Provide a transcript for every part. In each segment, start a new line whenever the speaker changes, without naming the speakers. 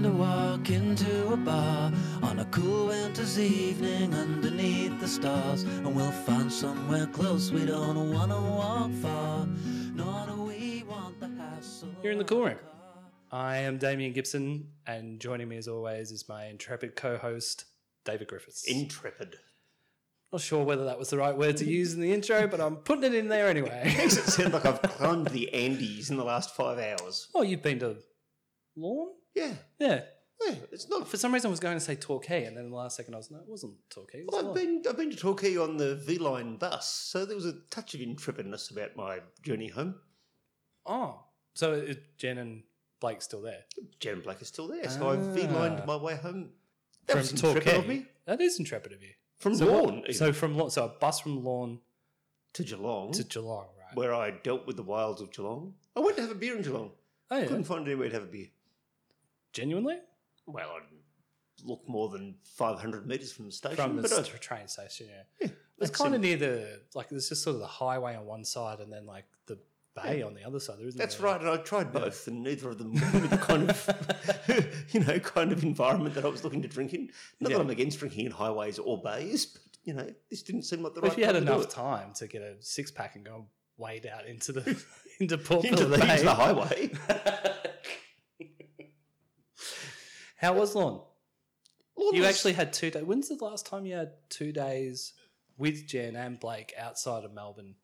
walk into a bar on a cool winter's evening underneath the stars, and we'll find somewhere close. We don't wanna walk far, nor do we want the hassle.
You're in the cool room.
of a car.
I am Damien Gibson, and joining me as always is my intrepid co host, David Griffiths.
Intrepid.
Not sure whether that was the right word to use in the intro, but I'm putting it in there anyway.
Makes it sound like I've climbed the Andes in the last five hours.
oh, you've been to Lawn?
Yeah,
Yeah.
yeah it's not.
For some reason, I was going to say Torquay, and then the last second I was no, it wasn't Torquay. It was
Well, I've
Lorne.
been I've been to Torquay on the V Line bus, so there was a touch of intrepidness about my journey home.
Oh, so it, Jen and Blake's still there.
Jan Black is still there, so I V lined
Ah.
my way home. That was intrepid of me.
That is intrepid of you.
From
So,
Lawn
what- so from Lawn, so a bus from Lawn
to Geelong,
to Geelong, right?
where I dealt with the wilds of Geelong. I went to have a beer in Geelong.
oh, yeah.
Couldn't find anywhere to have a beer.
Genuinely?
Well, I didn't look more than 500 metres from the station.
from the
but I-
st- train station. Yeah, it's
that's
kind of near
in-
the like. There's just sort of the highway on one side, and then like the bay on the other side. There isn't.
That's
there?
right, and I tried both, and neither of them gave me the kind of, you know, kind of environment that I was looking to drink in. Not
Yeah.
that I'm against drinking in highways or bays, but you know, this didn't seem like the
But if
right.
you had
time to do
enough
it.
time to get a six pack and go wade out into the into Port
into the, into the
Bay,
highway,
how was Lorne?
Lord,
You
it's-
actually had two days. When's the last time you had two days with Jen and Blake outside of Melbourne?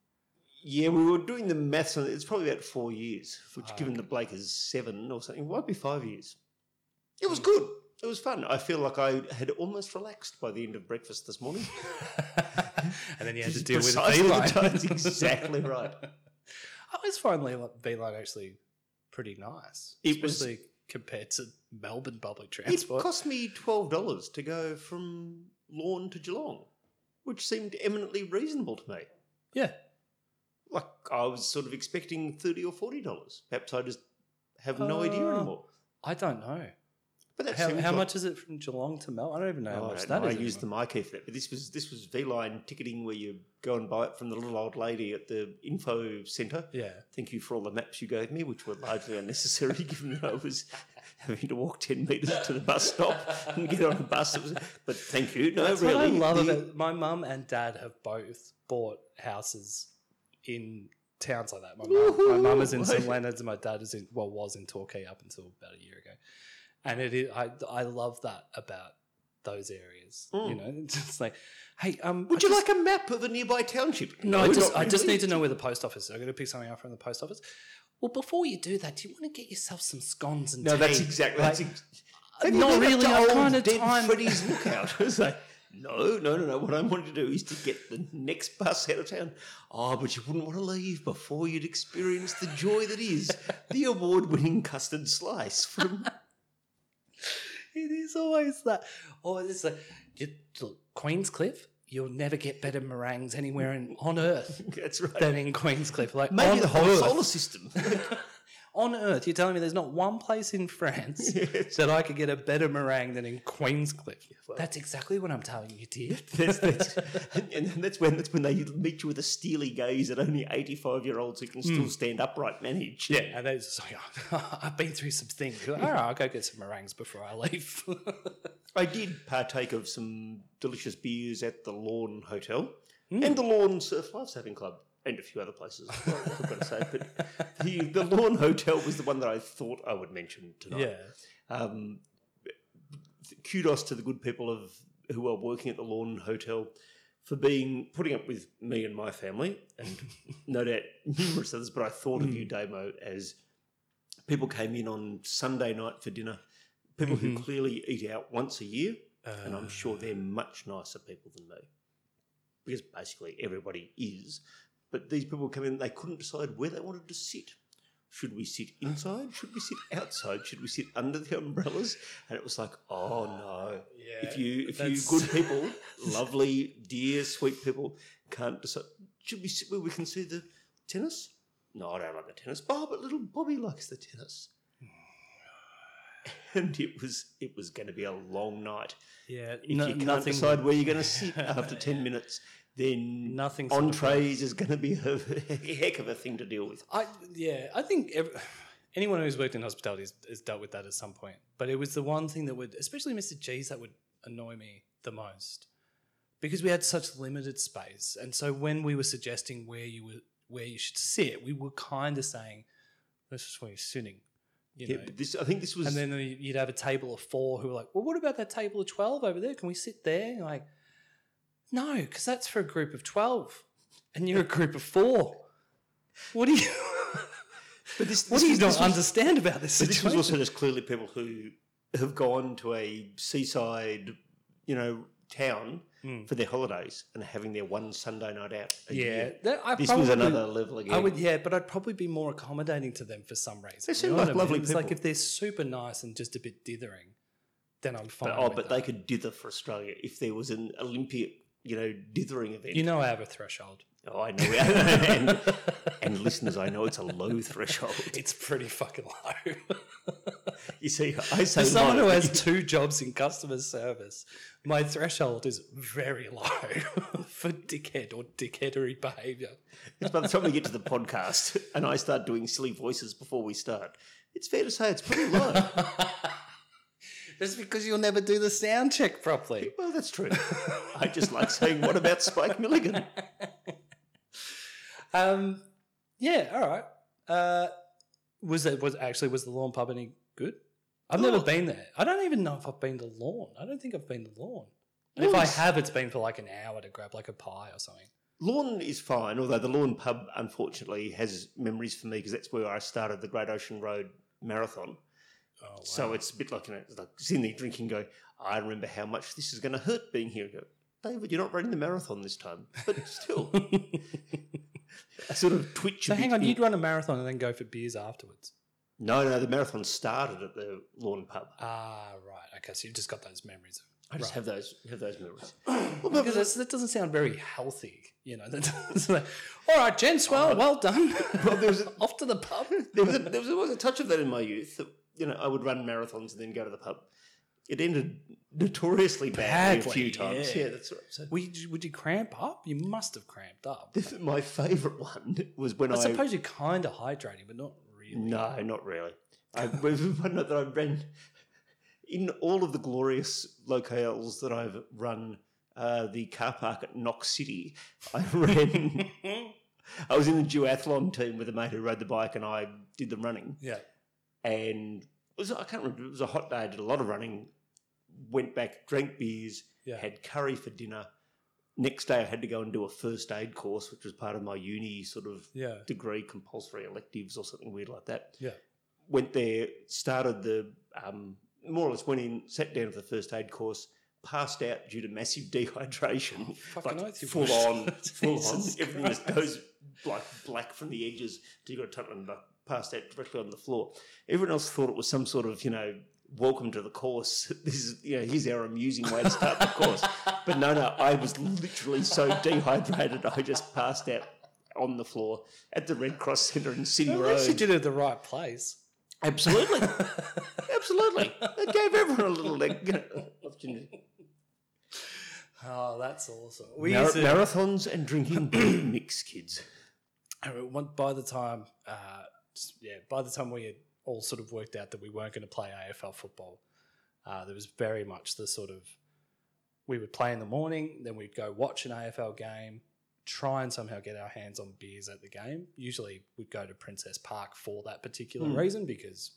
yeah, we were doing the maths on it. It's probably about four years, which,
Ah,
given that Blake is seven or something, might be five years. It
Hmm.
was good. It was fun. I feel like I had almost relaxed by the end of breakfast this morning.
and then you had to deal with
Precisely the
V-Line.
time. That's exactly right.
I always find Le- V-Line actually pretty nice,
It was-
especially compared to Melbourne public
It
transport.
cost me twelve dollars to go from Lawn to Geelong, which seemed eminently reasonable to me.
yeah,
Like I was sort of expecting thirty or forty dollars. Perhaps I just have no idea
Uh,
anymore.
I don't know.
But that
How,
seems
how
like-
much is it from Geelong to Melbourne? I don't even know
Oh,
how
I,
much
don't
that
know, I
is.
used the my key for that, but this was this was V Line ticketing where you go and buy it from the little old lady at the info centre.
Yeah.
Thank you for all the maps you gave me, which were largely unnecessary given that I was having to walk 10 metres to the bus stop and get on a bus. It was- but thank you. No,
That's
really.
what I love
the-
about my mum and dad have both bought houses in towns like that. My mum, my mum is in St Leonard's, and my dad is in well was in Torquay up until about a year ago, and it is, I I love that about those areas. You
Mm.
know, it's just like hey, um,
Would
I
you
just-
like a map of a nearby township?
No, I just
not
I just
really.
need to know where the post office is. I'm going to pick something up from the post office. Well, before you do that, do you want to get yourself some scones and
No, that's
tea?
exactly.
Like, uh,
that's ex- Have you
not
been up
really,
to
I've
old
kinda
dead
time-
Freddy's lookout. It's like, no, no, no, no. What I wanted to do is to get the next bus out of town. Oh, but you wouldn't want to leave before you'd experience the joy that is the award-winning custard slice from
It is always that. Oh, it's like you, look, Queenscliff. You'll never get better meringues anywhere in, on earth
That's right.
than in Queenscliff. Like
Maybe
on
the whole
earth,
solar system.
on earth, you're telling me there's not one place in France that I could get a better meringue than in Queenscliff. That's exactly what I'm telling you, dear.
that's, that's, and that's when that's when they meet you with a steely gaze that only eighty-five-year-olds who can still stand upright manage.
yeah, and it's just like oh, I've been through some things. All right, I'll go get some meringues before I leave.
I did partake of some delicious beers at the Lawn Hotel and the Lawn Surf Lifesaving Club and a few other places. as well, I've got to say, but the, the Lawn Hotel was the one that I thought I would mention tonight.
yeah,
um, kudos to the good people of who are working at the Lawn Hotel for being putting up with me and my family, and no doubt numerous others. But I thought of you, Damo, as people came in on Sunday night for dinner. People who clearly eat out once a year, and I'm sure they're much nicer people than me, because basically everybody is. But these people come in; they couldn't decide where they wanted to sit. Should we sit inside? Should we sit outside? Should we sit under the umbrellas? And it was like, oh no.
Yeah,
if you if
that's-
you good people, lovely, dear, sweet people can't decide should we sit where we can see the tennis? No, I don't like the tennis. Oh, but little Bobby likes the tennis. And it was it was going to be a long night.
yeah.
If you can't decide where you're going to sit after ten minutes, then
Nothing sort of-
entrees is going to be a heck of a thing to deal with.
I yeah, I think ev anyone who's worked in hospitality has, has dealt with that at some point. But it was the one thing that would, especially Mr. G's, that would annoy me the most because we had such limited space. And so when we were suggesting where you were, where you should sit, we were kind of saying, "This is where you're sitting." You
yeah,
know?
but this I think this was
And then you'd have a table of four who were like, well, what about that table of 12 over there? Can we sit there? And like, no, because that's for a group of 12 and you're a group of four. What do you,
but this,
what
this
do you
was-
not
this was-
understand about this
But this was
situation?
also just clearly people who have gone to a seaside, you know, town
Mm.
for their holidays and having their one Sunday night out. A
yeah.
year.
that- I
this was
probably-
another level again.
I would, yeah, but I'd probably be more accommodating to them for some reason.
They
You
seem
know what
like
I mean?
lovely
It's like
people.
if they're super nice and just a bit dithering, then I'm fine.
but, oh,
with
but
that.
they could dither for Australia if there was an Olympic, you know, dithering event.
You know, I have a threshold.
oh, I know, and, and listeners, I know it's a low threshold.
It's pretty fucking low.
You see, I say
For someone
low,
who
but
has
you-
two jobs in customer service, my threshold is very low for dickhead or dickheadery behaviour.
It's by the time we get to the podcast and I start doing silly voices before we start, it's fair to say it's pretty low.
That's because you'll never do the sound check properly.
well, that's true. I just like saying, what about Spike Milligan?
Um, yeah, all right. Uh, was it was actually was the lawn pub any good? I've never
Oh.
been there. I don't even know if I've been to lawn. I don't think I've been to lawn. And if I
Nice.
have, it's been for like an hour to grab like a pie or something.
Lawn is fine, although the Lawn Pub, unfortunately, has memories for me because that's where I started the Great Ocean Road Marathon.
Oh, wow.
So it's a bit like, you know, it's like sitting there drinking, going, I remember how much this is going to hurt being here. I go, David, you're not running the marathon this time. But still, I sort of twitch
so
a bit.
hang on,
in-
you'd run a marathon and then go for beers afterwards.
No, no, the marathon started at the Lawn Pub.
Ah, right. Okay, so you've just got those memories.
I just
Right.
have those have those memories.
Because that's, that doesn't sound very healthy, you know. That doesn't- all right, gents. Well, Oh, well done.
Well, there was a-
Off to the pub.
there was, a, there was always a touch of that in my youth. That, you know, I would run marathons and then go to the pub. It ended notoriously badly, a
Badly,
few times.
yeah.
Yeah, that's right. So
Would you, would you cramp up? You must have cramped up.
this, my favourite one was when I,
I suppose you're kind of hydrating, but not really.
no, not really. I was one that I ran in all of the glorious locales that I've run. Uh, the car park at Knox City. I ran. I was in the duathlon team with a mate who rode the bike, and I did the running.
yeah.
and it was I can't remember. It was a hot day. I did a lot of running. Went back, drank beers,
Yeah.
had curry for dinner. Next day, I had to go and do a first aid course, which was part of my uni sort of
Yeah.
degree, compulsory electives or something weird like that.
Yeah.
Went there, started the um, more or less went in, sat down for the first aid course, passed out due to massive dehydration.
fucking
like
oath you
full
were.
on, full on.
Jesus
Everything just goes like black from the edges. till you got to turn and like, passed out directly on the floor. Everyone else thought it was some sort of you know. Welcome to the course. This is, you know, here's our amusing way to start the course. But no, no, I was literally so dehydrated, I just passed out on the floor at the Red Cross Centre in City
At least you
Road.
did it at the right place.
Absolutely, absolutely. It gave everyone a little leg you know, opportunity.
Oh, that's awesome. We
Mar-
used to-
marathons and drinking beer mix, kids.
I mean, one- by the time, uh, s- yeah, by the time we had all sort of worked out that we weren't going to play AFL football, uh, there was very much the sort of we would play in the morning, then we'd go watch an AFL game, try and somehow get our hands on beers at the game. Usually, we'd go to Princess Park for that particular
Hmm.
reason because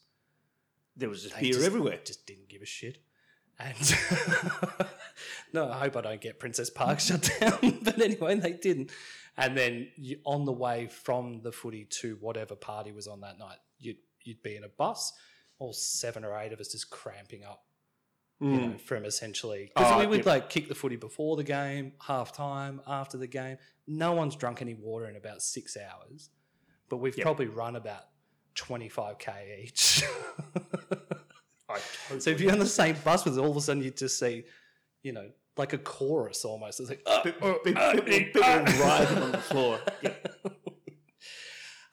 There was just
they
beer
just-
everywhere.
Just didn't give a shit. And no, I hope I don't get Princess Park shut down. but anyway, they didn't. And then you, on the way from the footy to whatever party was on that night, you'd you'd be in a bus, all seven or eight of us just cramping up, you know, from essentially because
Hmm. Oh,
we would
yeah.
like kick the footy before the game, half time, after the game. No one's drunk any water in about six hours, but we've
Yep.
probably run about twenty five k each.
I totally
So if you're on the same bus with, all of a sudden you just see, you know, like a chorus almost. It's like, "Uh,
Pe-
uh,
pe-
uh,
people
uh."
writhing on the floor. Yeah,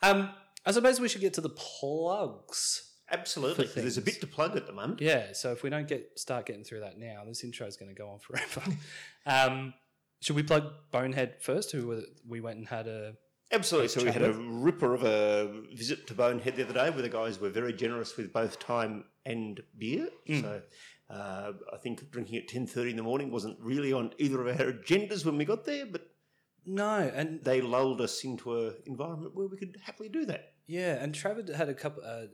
Um, I suppose we should get to the plugs.
absolutely.
For
There's a
things.
bit to plug at the moment.
Yeah. So if we don't get start getting through that now, this intro is going to go on forever. um, should we plug Bonehead first? Who were- we went and had a
Absolutely. So we had a
Chocolate.
ripper of a visit to Bonehead the other day, where the guys were very generous with both time and beer.
Mm.
So uh, I think drinking at ten thirty in the morning wasn't really on either of our agendas when we got there, but
No, and
they lulled us into a environment where we could happily do that.
yeah, and Trevor had a couple, uh,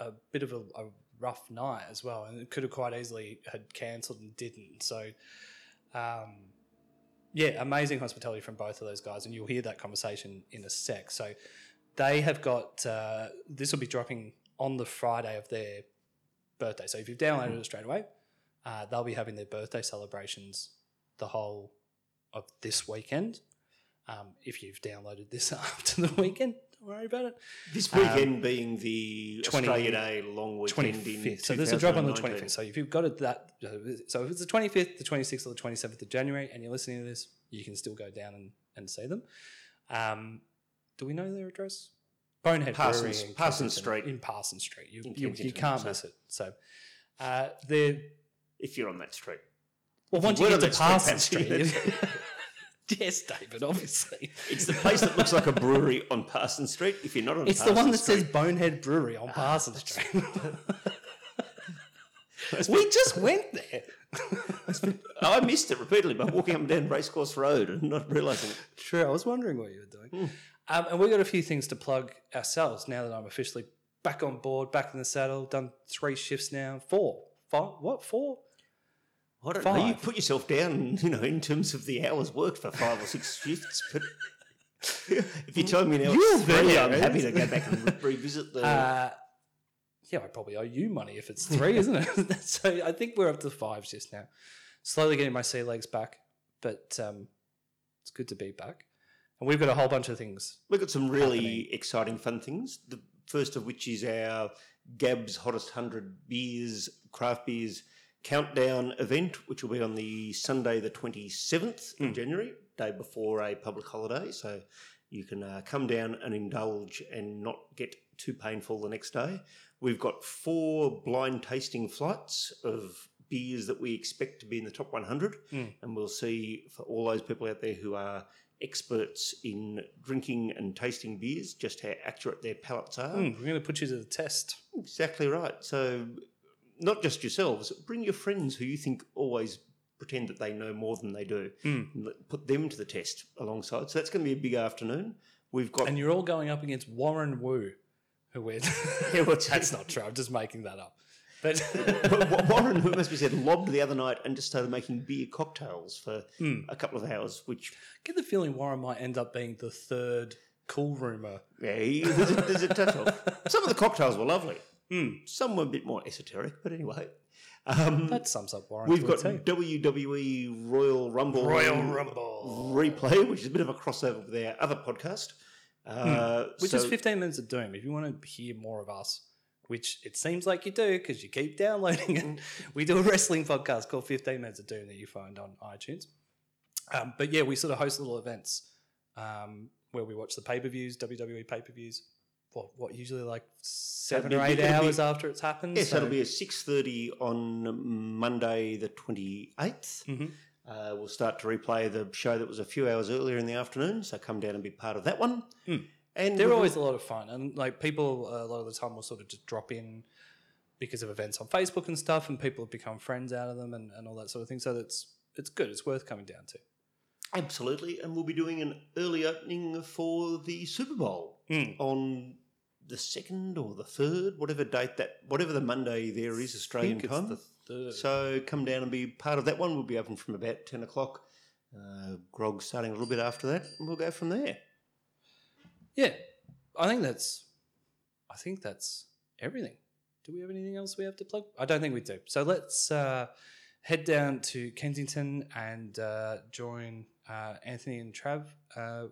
uh, a bit of a, a rough night as well, and it could have quite easily had cancelled and didn't. So, um, yeah, amazing hospitality from both of those guys, and you'll hear that conversation in a sec. So, they have got uh, this will be dropping on the Friday of their birthday. So, if you've downloaded it straight away, uh, they'll be having their birthday celebrations the whole of this weekend. Um, if you've downloaded this after the weekend, don't worry about it.
This
Um,
weekend being the
20
Australia Day long weekend. in
25th. So there's a drop on the
2019.
25th. So if you've got it that, so if it's the 25th, the 26th, or the 27th of January, and you're listening to this, you can still go down and, and see them. Um, do we know their address? Bonehead
Parsons-
Brewery in
Parsons
Kensington-
Street.
In Parsons Street. You,
In
you, you
Kensington,
can't
so-
miss it. So uh, they're,
If you're on that street.
well, once you get
Where are
to
they supposed to
Parsons
be?
Street. yes, David, obviously.
It's the place that looks like a brewery on Parsons Street. If you're not on
It's the
Parsons
one that
Street, Ah,
says Bonehead Brewery on Parsons Street.
That's
we just went there.
Oh, I missed it repeatedly by walking up and down Racecourse Road and not realising it.
Sure, I was wondering what you were doing. Um, and we've got a few things to plug ourselves now that I'm officially back on board, back in the saddle, done three shifts now, four, five, what, four?
I don't know.
Five.
You put yourself down, you know, in terms of the hours worked for five or six shifts. But if you tell me now,
You're
it's three,
there,
I'm
right?
happy to go back and re- revisit the.
Uh, yeah, I probably owe you money if it's three, isn't it? so I think we're up to five shifts now. Slowly getting my sea legs back, but um, it's good to be back. And we've got a whole bunch of things.
We've got some really
happening.
exciting, fun things. The first of which is our Gab's Hottest 100 Beers, Craft Beers Countdown event, which will be on the Sunday, the 27th of January, day before a public holiday. So you can uh, come down and indulge and not get too painful the next day. We've got four blind tasting flights of beers that we expect to be in the top 100.
Mm.
And we'll see for all those people out there who are experts in drinking and tasting beers, just how accurate their palates are.
Hmm, we're going to put you to the test.
Exactly right. So, not just yourselves, bring your friends who you think always pretend that they know more than they do.
Mm.
And let- Put them to the test alongside. So, that's going to be a big afternoon. We've got.
And you're all going up against Warren Wu, who went.
Yeah, what's-
That's not true. I'm just making that up. But
Warren, who it must be said, lobbed the other night and just started making beer cocktails for
Hmm.
a couple of hours, which
get the feeling Warren might end up being the third cool rumor.
yeah, he- there's a, there's a touch of. Some of the cocktails were lovely,
Hmm.
some were a bit more esoteric, but anyway. Um,
That sums up Warren.
We've
to a
got
T.
WWE Royal Rumble.
Royal Rumble.
replay, which is a bit of a crossover with our other podcast. Uh,
Hmm. which
so
is 15 minutes of doom. If you want to hear more of us, which it seems like you do because you keep downloading it,
Mm.
we do a wrestling podcast called 15 Minutes of Doom that you find on iTunes. Um, but yeah, we sort of host little events um, where we watch the pay per views, WWE pay per views. E What, what usually like seven
That'd
or
be-
eight
it'll be-
hours after it's happened.
Yes,
so-
that'll be at six thirty on Monday, the twenty eighth.
Mhm.
Uh, we'll start to replay the show that was a few hours earlier in the afternoon. So come down and be part of that one.
Mm.
And
They're
we've-
always a lot of fun, and like people, uh, a lot of the time will sort of just drop in because of events on Facebook and stuff, and people have become friends out of them and, and all that sort of thing. So that's it's good. It's worth coming down to.
absolutely, and we'll be doing an early opening for the Super Bowl
Mm.
on the second or the third, whatever date that, whatever the Monday there is Australian
I think it's
time.
the third.
So come down and be part of that one. We'll be open from about 10 o'clock. Uh, grog starting a little bit after that, and we'll go from there.
yeah, I think that's I think that's everything. Do we have anything else we have to plug? I don't think we do. So let's uh, head down to Kensington and uh, join uh, Anthony and Trav uh,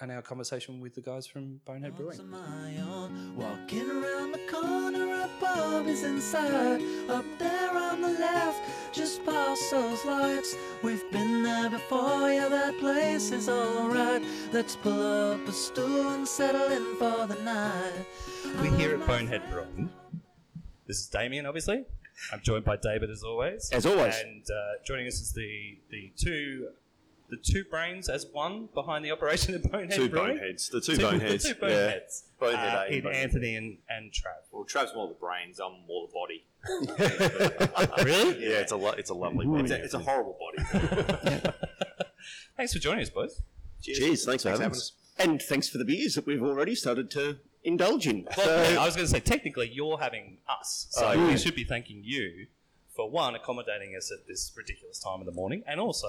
and our conversation with the guys from Bonehead Brewing.
Thoughts of my own. Walking around the corner, a pub is inside. Up there on the left, just past those lights. We've been there before, yeah, that place is alright. Let's pull up a stool and settle in for the night.
We're here at Bonehead Brewing. This is Damien, obviously. I'm joined by David, as always.
As always.
And uh, joining us is the, the two the two brains as one behind the operation of Bonehead
Two
Brewing.
boneheads. The two,
Two-
boneheads.
The two boneheads.
Yeah. Bonehead
Uh,
A and
in
bonehead
Anthony and, and Trav.
Well, Trav's more the brains. I'm more the body.
really?
Yeah, it's a lo- it's a lovely
It's
body.
a, it's a horrible body.
Thanks for joining us, both.
Cheers, thanks for having us.
And thanks for the beers that we've already started to indulge in.
Well, I was going to say, technically, you're having us, so
Oh,
we
yeah.
should be thanking you for one accommodating us at this ridiculous time in the morning, and also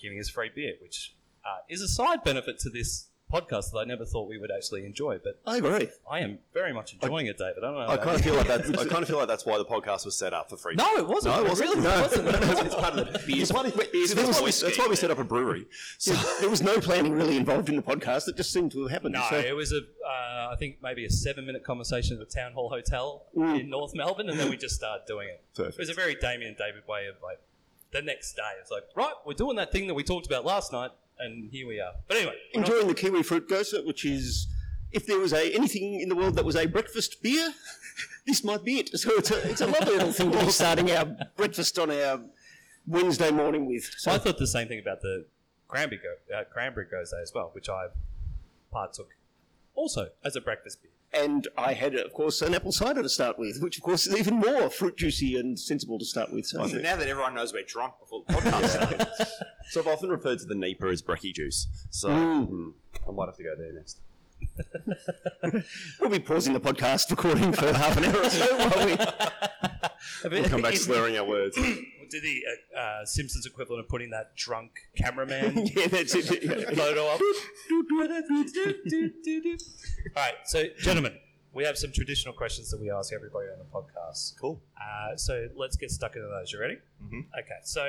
giving us free beer, which uh, is a side benefit to this podcast that I never thought we would actually enjoy. But
I agree.
I am very much enjoying it, David. I don't know.
I
about
kind
you.
of feel like that. I kind of feel like that's why the podcast was set up for free.
no, it wasn't.
No, it wasn't.
Really,
No.
it wasn't.
it's part of the beer.
beers
that's, why we,
whiskey.
that's why we set up a brewery. So,
there was no planning really involved in the podcast. It just seemed to have happened.
No,
So-
it was a, uh, I think maybe a seven minute conversation at a town hall hotel in North Melbourne, and then we just started doing it. It
Perfect.
was a very Damien David way of like the next day. It's like, right, we're doing that thing that we talked about last night, and here we are. But anyway, we're not-
enjoying the kiwi fruit gosa, which is if there was a anything in the world that was a breakfast beer, this might be it. So it's a, it's a lovely little thing to be starting our breakfast on our Wednesday morning with. So
I thought the same thing about the cranberry go, uh, cranberry goes as well, which I partook also as a breakfast beer.
and I had, of course, an apple cider to start with, which of course is even more fruit juicy and sensible to start with. So
So now that everyone knows we're drunk before the podcast started,
So I've often referred to the Napa as brekkie juice. So mm, I might have to go there next.
we'll be pausing the podcast recording for half an hour or so while we.
We'll come back slurring our words.
Did the uh, uh, Simpsons equivalent of putting that drunk cameraman
Yeah, that's it. Yeah.
photo up. All right, so gentlemen, we have some traditional questions that we ask everybody on the podcast.
Cool.
Uh, so let's get stuck into those. You ready?
Mhm.
Okay. So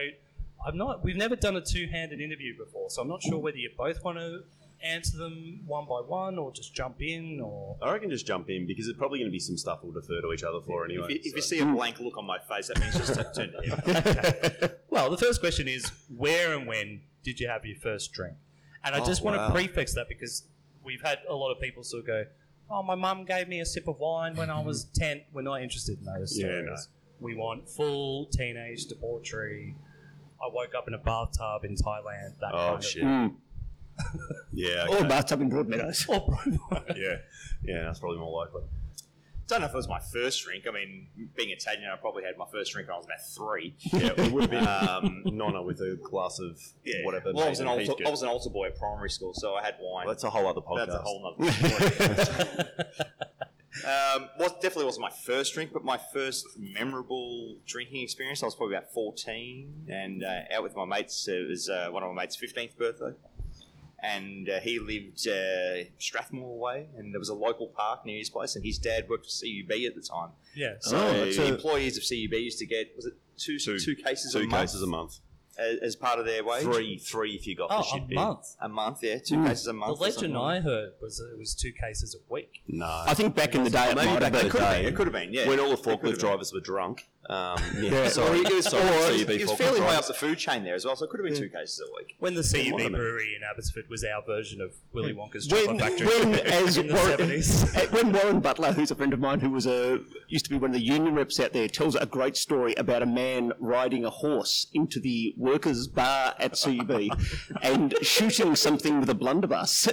I'm not. We've never done a two-handed interview before, so I'm not sure whether you both want to answer them one by one or just jump in or.
I reckon just jump in because it's probably going to be some stuff we'll defer to each other for anyway.
if, you, if you
so.
see a blank look on my face, that means just to turn to him.
Well, the first question is where and when did you have your first drink? And I
Oh,
just want
wow.
to prefix that because we've had a lot of people sort of go, "Oh, my mum gave me a sip of wine when I was 10. We're not interested in those
Yeah,
stories. We want full teenage debauchery. I woke up in a bathtub in Thailand. That kind
oh
of
shit. Yeah.
Mm. Or
Oh.
okay.
a bathtub in Broadmeadows.
yeah. Yeah. That's probably more likely.
Don't know if it was my first drink. I mean, being Italian, I probably had my first drink when I was about three.
Yeah, it would have been
Um,
Uh, Nonna with a glass of
yeah.
whatever.
Well, I was, an
made of
altar,
Heathcote.
I was an altar boy at primary school, so I had wine.
That's a whole other podcast.
That's a whole nother story. um, was, definitely wasn't my first drink, but my first memorable drinking experience. I was probably about 14 and uh, out with my mates. It was uh, one of my mates' 15th birthday. And uh, he lived uh, Strathmore way, and there was a local park near his place. And his dad worked for CUB at the time,
Yeah.
so
Oh, that's a-
employees of CUB used to get was it two two
Two-
cases
Two
a month
cases a month.
as, as part of their wage
Three, three if you got the
Oh,
shit
a
big.
month. Mm.
a month, yeah, two cases a
The
month. or
legend
something like
I heard was that it was two cases a week.
No.
I think back in the day, it
Maybe
might have
back
been.
in
It
the
could have
day.
been. It could have been. Yeah.
when all the
It could
forklift
have been.
drivers were drunk. Um, yeah,
Yeah.
sorry,
It was,
sorry,
or
CUB
it was
forklift
fairly high
drivers. Mm.
up the food chain there as well, so it could have been two cases a week.
When the
might
CUB
have been.
brewery in Abbotsford was our version of Willy Wonka's
when,
chocolate factory.
when as
in the
Warren,
70s.
uh, when Warren Butler, who's a friend of mine, who was a used to be one of the union reps out there, tells a great story about a man riding a horse into the workers' bar at CUB and shooting something with a blunderbuss,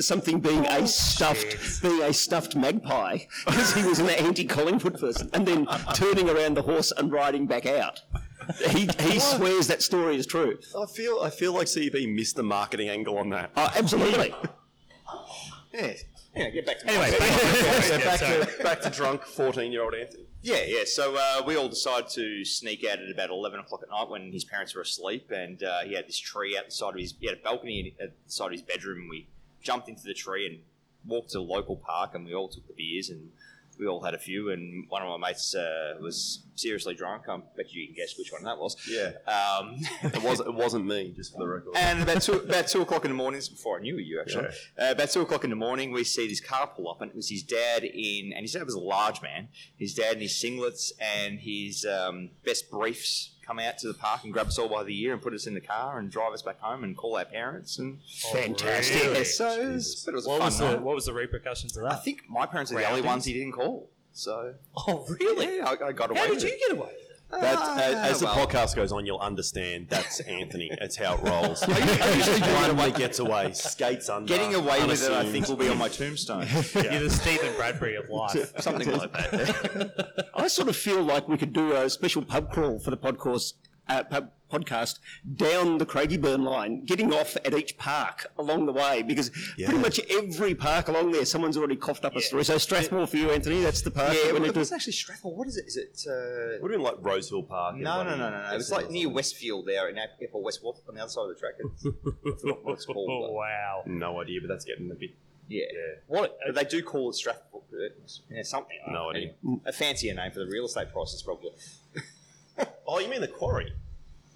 something being
Oh,
a stuffed being a stuffed magpie because he was an anti-Collingwood person, and then turning around the horse and riding back out. He, he swears that story is true.
I feel, I feel like CUB missed the marketing angle on that.
Oh, absolutely.
Yeah. Yeah, get back to
anyway,
my-
back to-
So
yeah,
back,
so-
to, back to drunk fourteen-year-old Anthony.
Yeah, yeah. So uh, we all decided to sneak out at about eleven o'clock at night when his parents were asleep, and uh, he had this tree out the side of his. He had a balcony at the side of his bedroom. And we jumped into the tree and walked to the local park, and we all took the beers and we all had a few. And one of my mates uh, was seriously drunk. I bet you can guess which one that was.
Yeah,
Um,
it was, it wasn't me, just for the record.
And about two, about two o'clock in the morning, it's before I knew you actually, uh, about two o'clock in the morning, we see this car pull up, and it was his dad in, and his dad was a large man. His dad in his singlets and his um, best briefs come out to the park and grab us all by the ear and put us in the car and drive us back home and call our parents. And
Fantastic.
yeah, so it was, but it was a
Oh, What
fun
was, the,
night.
what was the repercussions of
Oh, I
that?
think my parents are the only ones he didn't call. So
oh, really?
yeah, I, I got away.
How did
with
you
it.
get away?
That's, as the
Ah, well.
podcast goes on, you'll understand. That's Anthony. That's how it rolls. One that gets away, skates under.
Getting away with it, I think,
unassumed.
will be on my tombstone.
You're the Stephen Bradbury of life.
Something like that.
I sort of feel like we could do a special pub crawl for the podcast, uh, pub podcast down the Craigieburn line, getting off at each park along the way because pretty much every park along there, someone's already coughed up a story. So Strathmore for you, Anthony, that's the park.
Yeah,
that we
well,
need
it
to-
was actually Strathmore. What is it? Is it? Uh,
We're in like Rosehill Park. and
no, no, no,
bloody-
no, no. It was like near Westfield there in Ap- or West Water on the other side of the track. It's, I forgot what it's called.
Oh,
But
wow.
No idea, but that's getting a bit.
yeah.
Yeah.
What? But they do call it Strathmore. Yeah, something. like
No
that.
idea.
Anyway, A fancier name for the real estate prices, probably.
Oh, you mean the quarry?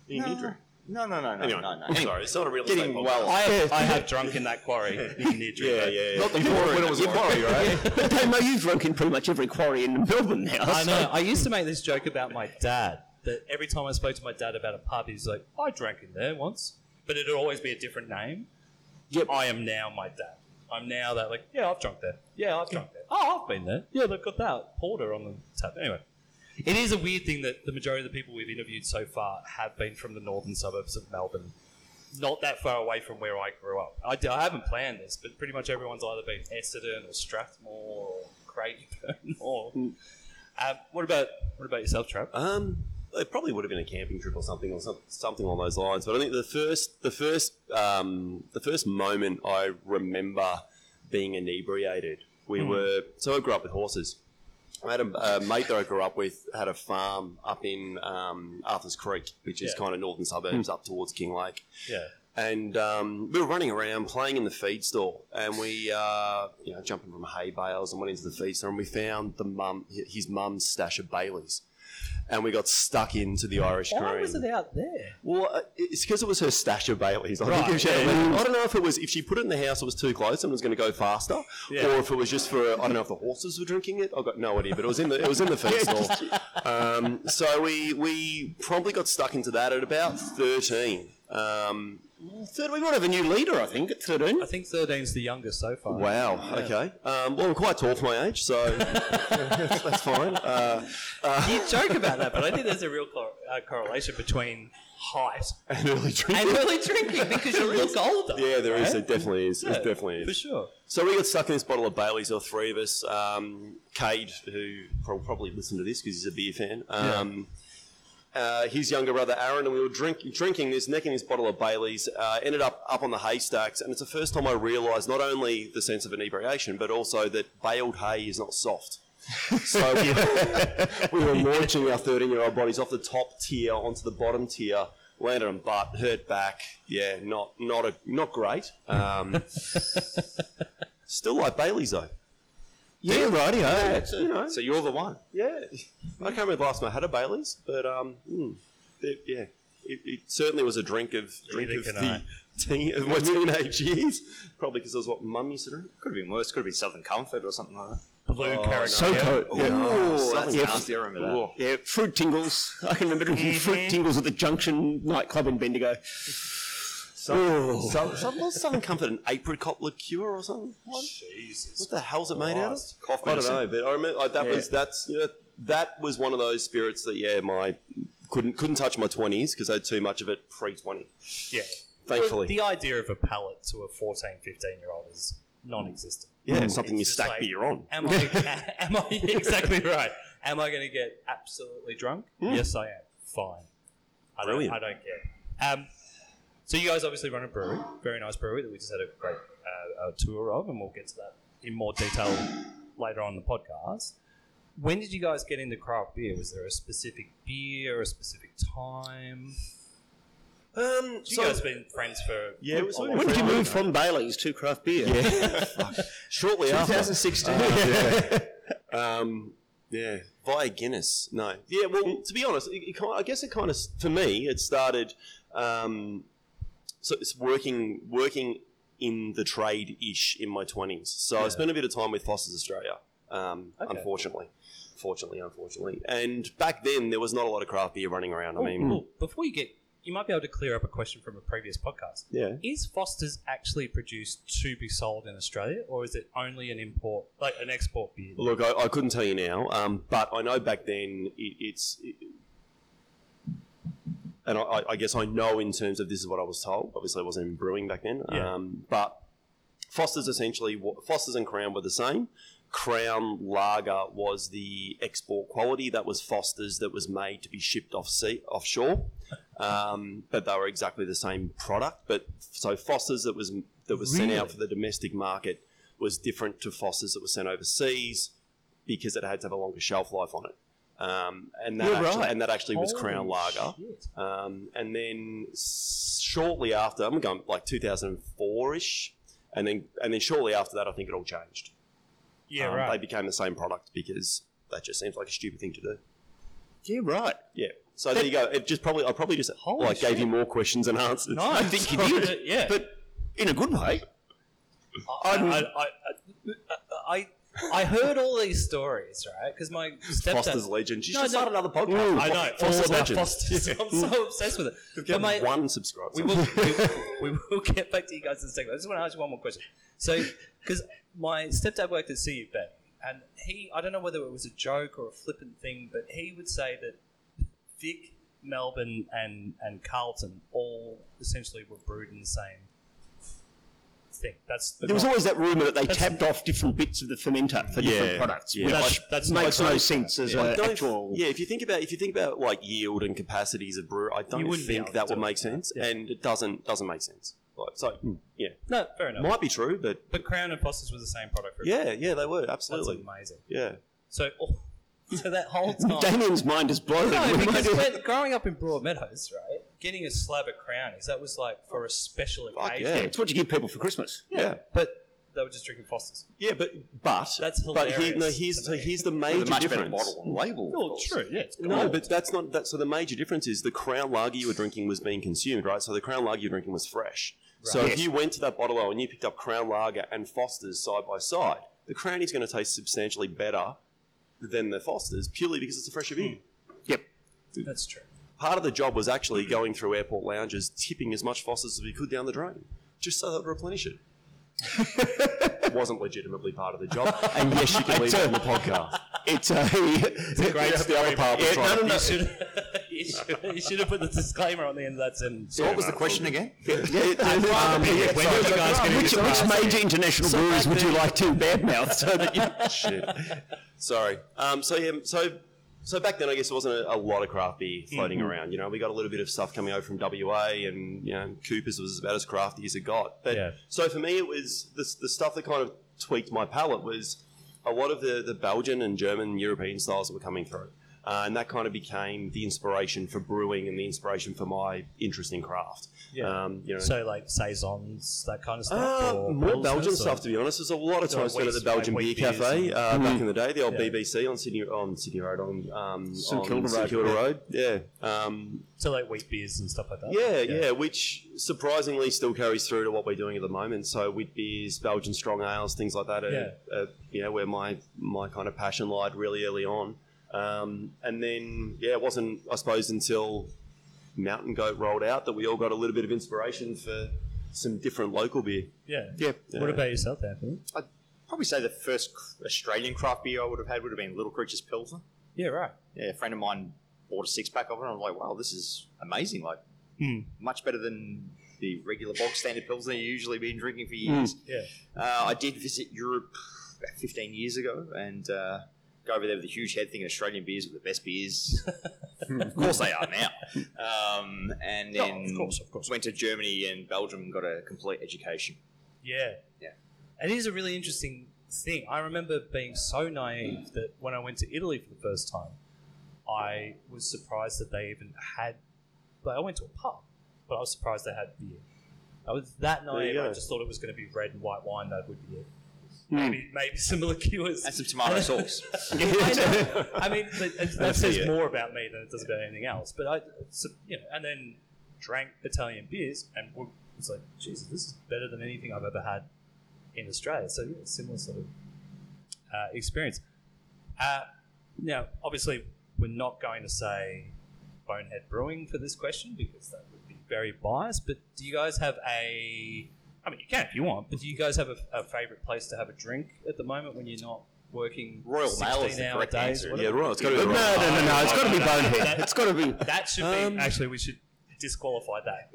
In
No,
Nidra.
no, no, no, no,
Anyway,
no, no.
I'm sorry, it's not a real estate
getting
podcast.
well.
I have,
I have drunk in that quarry in Nidri.
Yeah, yeah, yeah. Not the
quarry,
was a quarry, right?
but they know you've drunk in pretty much every quarry in Melbourne now.
I
so-
know. I used to make this joke about my dad that every time I spoke to my dad about a pub, he's like, "I drank in there once," but it'd always be a different name. Yep. I am now my dad. I'm now that like, yeah, I've drunk there. Yeah, I've drunk there. Oh, I've been there. Yeah, they've got that porter on the tap. Anyway, it is a weird thing that the majority of the people we've interviewed so far have been from the northern suburbs of Melbourne. Not that far away from where I grew up. I, d- I haven't planned this, but pretty much everyone's either been Essendon or Strathmore or Craigieburn or uh, what about what about yourself, Trav?
Um, it probably would have been a camping trip or something, or some, something along those lines. But I think the first, the first, um, the first moment I remember being inebriated, we were. So I grew up with horses. I had a, a mate that I grew up with had a farm up in um, Arthur's Creek, which is
Yeah.
kind of northern suburbs up towards King Lake.
Yeah.
and um, we were running around playing in the feed store, and we, uh, you know, jumping from hay bales and went into the feed store, and we found the mum, his mum's stash of Baileys, and we got stuck into the Irish
Why
cream.
was it out there?
Well, uh, it's because it was her stash of Baileys. I, think
Right,
if she- I don't know if it was if she put it in the house, it was too close and it was going to go faster, or if it was just for I don't know if the horses were drinking it. I've got no idea, but it was in the it was in the feed store. Um, so we we promptly got stuck into that at about thirteen. Um,
Third, we might have a new leader, I think, at 13.
I think 13's the youngest so far.
Wow. Okay. Um, well, I'm quite tall for my age, so that's fine. Uh,
You joke about that, but I think there's a real cor- uh, correlation between height
and early drinking.
and early drinking because you look older.
yeah, there is.
right?
It definitely is.
Yeah,
It definitely
For
is.
sure.
So we got stuck in this bottle of Bailey's. There were three of us. Um, Cade, who will probably listen to this because he's a beer fan. Um, uh, his younger brother Aaron and we were drink, drinking this, necking this bottle of Bailey's. Uh, ended up up on the haystacks, and it's the first time I realised not only the sense of inebriation, but also that baled hay is not soft. So we, we were launching our 13 year old bodies off the top tier onto the bottom tier. Landed on butt, hurt back. Yeah, not not a, not great. Um, still like Bailey's though.
Yeah, righty,
You know,
So you're the one.
yeah. I can't remember the last time I had a Bailey's, but um, mm, it- yeah, it, it certainly was a drink of drink of
Neither can
the teen, of my teenage years. Probably because it was what mum used to drink.
Could have been worse. Could have been Southern Comfort or something like that.
Blue carrot.
So coat. Yeah.
Oh, that's
yeah.
nasty. I remember that.
Yeah, fruit tingles. I can remember drinking fruit tingles at the Junction nightclub in Bendigo.
Some, some, some, was Southern Comfort an apricot liqueur or something? What,
Jesus.
what the hell's it made out of?
Cough
I don't
medicine.
know, but I remember like, that was that's you know, that was one of those spirits that yeah, my couldn't couldn't touch my twenties because I had too much of it pre twenty.
Yeah.
Thankfully,
The idea of a palate to a 14, 15 year old is non existent.
yeah, something you
It's just
stack
like-
beer on.
Am I, am I exactly right? Am I going to get absolutely drunk? Yes, I am. Fine. I don't,
Hmm. Brilliant.
I don't care. Um, so you guys obviously run a brewery, very nice brewery that we just had a great uh, uh tour of, and we'll get to that in more detail later on in the podcast. When did you guys get into craft beer? Was there a specific beer, a specific time?
Um,
You
so-
guys been friends for
yeah, it was
a
sort of
long
When did you
around-
move from Bailey's to craft beer?
Shortly after. Uh,
2016.
Um, yeah, via Guinness. No. Yeah. Well, to be honest, it, it kind I guess it kind of for me it started. Um, so it's working working in the trade ish in my twenties. So I spent a bit of time with Foster's Australia. Um,
Okay.
Unfortunately, fortunately, unfortunately, and back then there was not a lot of craft beer running around. I mean,
Well, before you get, you might be able to clear up a question from a previous podcast.
yeah.
Is Foster's actually produced to be sold in Australia, or is it only an import, like an export beer?
Look, I, I couldn't tell you now, um, but I know back then it, it's. It, and I- I, I guess I know in terms of this is what I was told. Obviously, I wasn't even brewing back then.
Yeah.
Um, but Foster's essentially wa- Foster's and Crown were the same. Crown Lager was the export quality that was Foster's that was made to be shipped off sea offshore, um, but they were exactly the same product. But so Foster's that was that was sent out for the domestic market was different to Foster's that was sent overseas because it had to have a longer shelf life on it. Um, and that
You're
actually,
right.
and that actually was Crown Lager. Um, and then s- shortly after, I'm going like 2004 ish, and then and then shortly after that, I think it all changed.
Yeah,
Um,
right.
They became the same product because that just seems like a stupid thing to do.
Yeah, right.
Yeah. So there you go. It just probably I probably just like gave you more questions and answers.
No, I think you did. Yeah,
But in a good way.
I, I, I, I, I heard all these stories, right? Because my stepdad
Foster's Legend. You
No,
should start
no.
another podcast.
I know all
Foster's
about
Legend.
Foster's. I'm so obsessed with it. But
Get
my,
one subscriber.
we will, we, we will get back to you guys in a second. I just want to ask you one more question. So, because my stepdad worked at CU Bet, E and he, I don't know whether it was a joke or a flippant thing, but he would say that Vic, Melbourne, and, and Carlton all essentially were brewed in the same thing. That's
There was always that rumour that they tapped off different bits of the fermenter for different
Yeah,
products,
yeah.
which
That's-
that's
makes
not-
no sense as
I
an
don't-
actual.
yeah, if you think about if you think about like yield and capacities of brew, I don't
wouldn't be
think
able to
that
do
would
it.
make sense,
Yeah. Hmm.
and it doesn't doesn't make sense. Like, so yeah,
no, fair enough.
might be true, but
but Crown and Foster's was the same product for
yeah, yeah, they were
that's
absolutely.
amazing.
Yeah,
So, all so that whole time.
Damien's mind is blown.
No,
We
because
might-
when, growing up in Broadmeadows, right, getting a slab of crownies, that was like for a special
Fuck
occasion.
yeah.
it's what you give people for Christmas.
yeah,
But they were just drinking Fosters.
yeah, but but
That's
but here, no,
hilarious
here's
to me.
so here's the
With
major
a much better
difference.
bottle and label. of course.
Oh, yeah. It's
No, but that's not that. So the major difference is the Crown Lager you were drinking was being consumed, right? So the Crown Lager you were drinking was fresh. So if you went to that bottle and you picked up Crown Lager and Foster's side by side, the Crown is going to taste substantially better than the Foster's purely because it's a fresher beer.
Hmm.
Yep.
that's true.
Part of the job was actually going through airport lounges, tipping as much Foster's as we could down the drain, just so that would replenish it. it wasn't legitimately part of the job. And yes, you can leave it in the podcast.
It's a,
Great the other part was
Yeah,
trying
no,
to-
no, no.
You should, you, should, you should have put the disclaimer on the end of that sentence.
So what was the question again?
Yeah, um, yeah,
when
so-
you guys gonna
which,
get
which
started?
major international breweries would you like to badmouth so that you
Shit. Sorry. Um, so yeah, so so back then, I guess there wasn't a, a lot of craft beer floating
Mm-hmm.
around. You know, we got a little bit of stuff coming over from WA, and you know, Cooper's was about as crafty as it got. But
Yeah.
so for me, it was the the stuff that kind of tweaked my palate was a lot of the the Belgian and German European styles that were coming through. Uh, and that kind of became the inspiration for brewing and the inspiration for my interest in craft.
Yeah.
Um, you know,
So, like, saisons, that kind of stuff?
uh,
or
more
pilsners,
Belgian
or-
stuff, to be honest. There's a lot of
Or
time spent at the
wheat-
Belgian
like
Beer
wheat beers
Cafe
and-
uh, back in the day. The old
Yeah.
BBC on Sydney on Sydney Road on um,
St
on
Kilda
St
Road,
Kilda
yeah.
Road. Yeah, um,
So, like, wheat beers and stuff like that?
yeah, yeah, Which surprisingly still carries through to what we're doing at the moment. So wheat beers, Belgian strong ales, things like that. Are,
Yeah.
are, you know where my my kind of passion lied really early on. Um, and then yeah, it wasn't I suppose until Mountain Goat rolled out that we all got a little bit of inspiration for some different local beer.
Yeah.
Yeah.
Yeah.
What about yourself, Anthony?
I'd probably say the first cr- Australian craft beer I would have had would have been Little Creatures Pilsner.
Yeah, right.
Yeah, a friend of mine bought a six pack of it, and I'm like, wow, this is amazing. Like,
Hmm.
much better than the regular bog standard Pilsner you've usually been drinking for years.
Yeah.
Uh, I did visit Europe about 15 years ago and uh, go over there with a huge head thing Australian beers were the best beers. of course they are now. Um, and
Oh,
then
of course, of course.
went to Germany and Belgium and got a complete education.
Yeah.
Yeah.
It is a really interesting thing. I remember being so naive that when I went to Italy for the first time, I was surprised that they even had. Like, I went to a pub, but I was surprised they had beer. I was that
you
naive. I
go.
just thought it was going to be red and white wine. That would be it. Maybe, maybe some liqueurs.
And some tomato sauce.
I, know. I mean, but that that says
it.
more about me than it does about anything else. But I, so, you know, and then drank Italian beers and w- was like, Jesus, this is better than anything I've ever had in Australia. So yeah, similar sort of uh, experience. Uh, now, obviously, we're not going to say Bonehead Brewing for this question because that would be very biased. But do you guys have a? I mean, you can if you want, but do you guys have a, a favourite place to have a drink at the moment when you're not working
Royal Mail is
16
the
hour
correct
days?
answer.
or
Yeah,
whatever?
right. It's got to be
No,
the
no,
right.
no, no. It's got to be bonehead.
That-
It's got to be.
That should be. Actually, we should disqualify that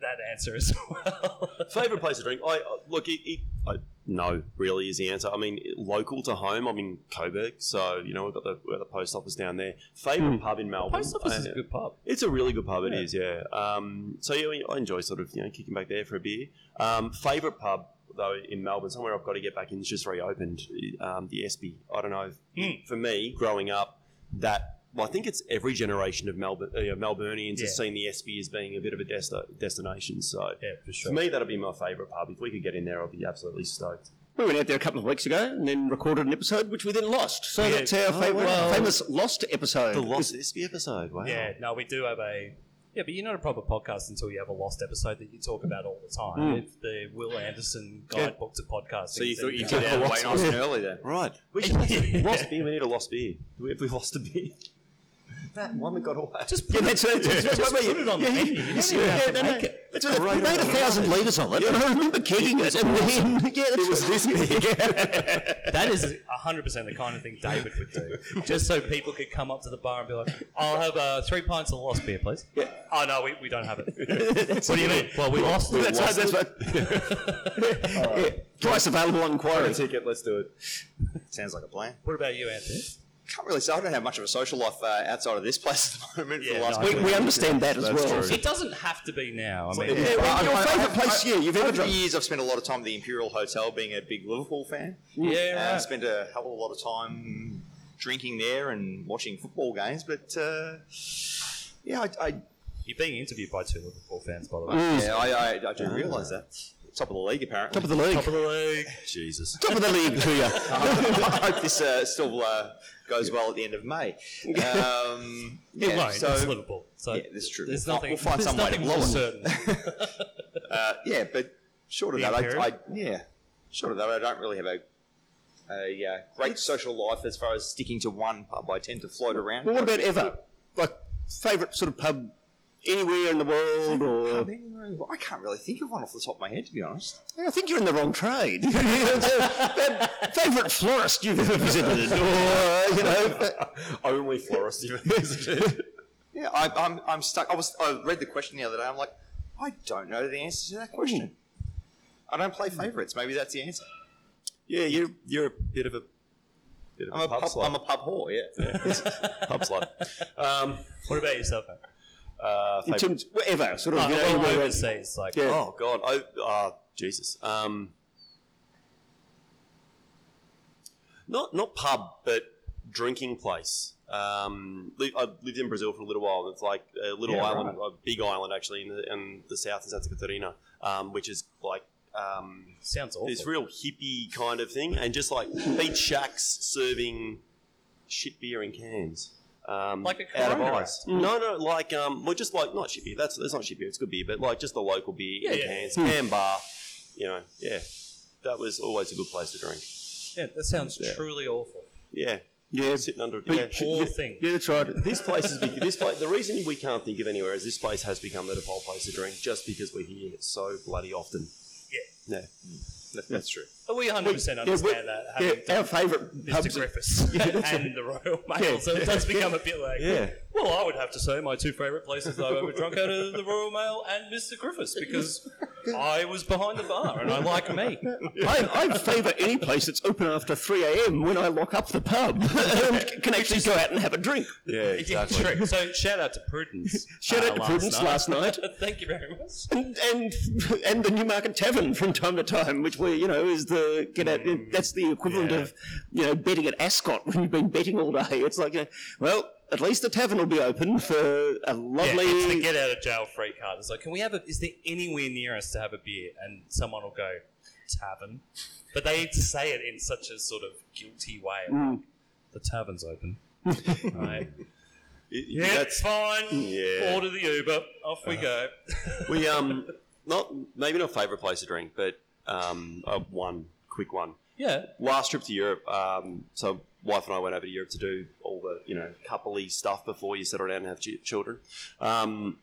that answer as well.
Favorite place to drink? I I- look. It, it, I, no, really is the answer. I mean, local to home. I'm in Coburg, so you know we've got the, we've got the post office down there. Favorite pub in Melbourne.
Hmm. Post office is
Uh,
a good pub.
It's a really good pub. It is, yeah. Um, so yeah, I enjoy sort of you know kicking back there for a beer. Um, favorite pub though in Melbourne, somewhere I've got to get back in. It's just reopened. Um, the Espy. I don't know.
Hmm.
For me, growing up, that well, I think it's every generation of Melbourne uh, Melburnians has
Yeah.
seen the Espy as being a bit of a desti destination. So
Yeah, for
for me, that'll be my favourite pub. If we could get in there, I'll be absolutely stoked.
We went out there a couple of weeks ago and then recorded an episode, which we then lost. So that's our
Oh,
favourite famous lost episode.
The Lost Espy episode. Wow.
Yeah, no, we do have a. Yeah, but you're not a proper podcast until you have a lost episode that you talk about all the time. It's the Will Anderson guidebook to podcasting.
So you thought you
said
did out way nice and early there.
Right. We should lost beer. We need a lost beer. Do we, have we lost a beer? That one that got away.
just put
That's, that's, that's, that's what we-
it on the menu. You don't even have to
no, no.
make it.
That's what- we made a thousand litres of it, and I remember kegging it. And then, yeah, it was this
That is 100% the kind of thing David would do. Just so people could come up to the bar and be like, I'll have uh, three pints of lost beer, please. Oh, no, we, we don't have it. what do you mean? Well, we lost it.
That's right, that's right. Yeah, Price available on Quarry.
ticket. Let's do it.
Sounds like a plan.
What about you, Anthony?
Can't really say I don't have much of a social life uh, outside of this place at the moment. for
Yeah,
the last
no,
week.
We, we understand that as well.
It doesn't have to be now. I mean,
Yeah, well, your favourite place yeah, you've ever
Over the
drunk.
years, I've spent a lot of time at the Imperial Hotel, being a big Liverpool fan.
yeah,
Uh,
right.
spent a hell of a lot of time drinking there and watching football games. But uh, yeah, I, I,
You're being interviewed by two Liverpool fans, by the way.
yeah, I, I, I do realise that. Top of the league, apparently.
Top of the league. Top of the,
Jesus.
league to you.
I hope this uh, still uh, goes well at the end of May. Um,
It
yeah,
won't. it's
so
Liverpool. So
yeah, that's true.
There's
We'll fi-
nothing.
we'll find
there's
some way
nothing
to blow
more
it.
certain.
uh, yeah, but short of
The
that, I, I
Imperial?
yeah, short of that, I don't really have a. A uh, great social life as far as sticking to one pub. I tend to float around.
Well, what about ever? Like, favourite sort of pub anywhere in the world?
I
or
mean, Um, I can't really think of one off the top of my head, to be honest.
I think you're in the wrong trade. That favourite florist you've ever visited? Or, you know,
Only florist you've visited.
Yeah, I, I'm, I'm stuck. I was I read the question the other day. I'm like, I don't know the answer to
Hmm.
that question. I don't play favourites. Maybe that's the answer.
yeah, you're you're a bit of a bit of
I'm a pub.
slut.
I'm a pub whore. Yeah.
pub slut. Um,
What about yourself? mate?
uh,
in
favourite-
terms, ever, sort of,
Oh,
you know,
well,
anywhere else.
overseas, like
Yeah.
Oh God! I ah Jesus. Um, not not pub, but drinking place. Um, li- I lived in Brazil for a little while. and It's like a little
Yeah,
island, a big island actually, in the, in the south in Santa Catarina, um, which is like um,
sounds awful.
this real hippie kind of thing, and just like beach shacks serving shit beer in cans. Um,
Like a
out of
Corona. Mm.
ice. No, no, like um, well, just like not shit beer. That's that's not shit beer. It's good beer, but like just the local beer in
Yeah, Hmm. yeah.
cans, can bar. You know, yeah. That was always a good place to drink.
yeah, that sounds truly awful.
Yeah,
Yeah,
sitting under a yeah.
Poor thing.
yeah, that's right.
This place is big. This place. The reason we can't think of anywhere is this place has become the default place to drink, just because we hear it so bloody often. Yeah, yeah.
That's true.
We 100 percent understand that.
Yeah,
Having
our favourite
done
pubs.
Mr. Griffiths and the Royal Mail, so it does become a bit like.
Yeah.
Well, I would have to say my two favourite places that I've ever drunk out of the Royal Mail and Mr. Griffiths because I was behind the bar and I like me.
I, I favour any place that's open after 3 a.m. when I lock up the pub and can actually go out and have a drink.
Yeah,
Yeah,
exactly.
true. So shout out to Prudence.
Shout
uh,
out to Prudence last night.
Thank you very much.
And, and and the Newmarket Tavern from time to time, which we you know is the get out, that's the equivalent of you know betting at Ascot when you've been betting all day. It's like you know, well, at least the tavern will be open for a
Yeah, it's the
lovely.
get out of jail free card. It's like, can we have a? Is there anywhere near us to have a beer? And someone will go tavern, but they say it in such a sort of guilty way. like, The tavern's open. right. Yeah, that's fine.
yeah.
Order the Uber. Off we go.
We um not maybe not favorite place to drink, but um uh, one quick one.
yeah.
Last trip to Europe, um, so wife and I went over to Europe to do all the you know coupley stuff before you settle down and have ch- children. Um,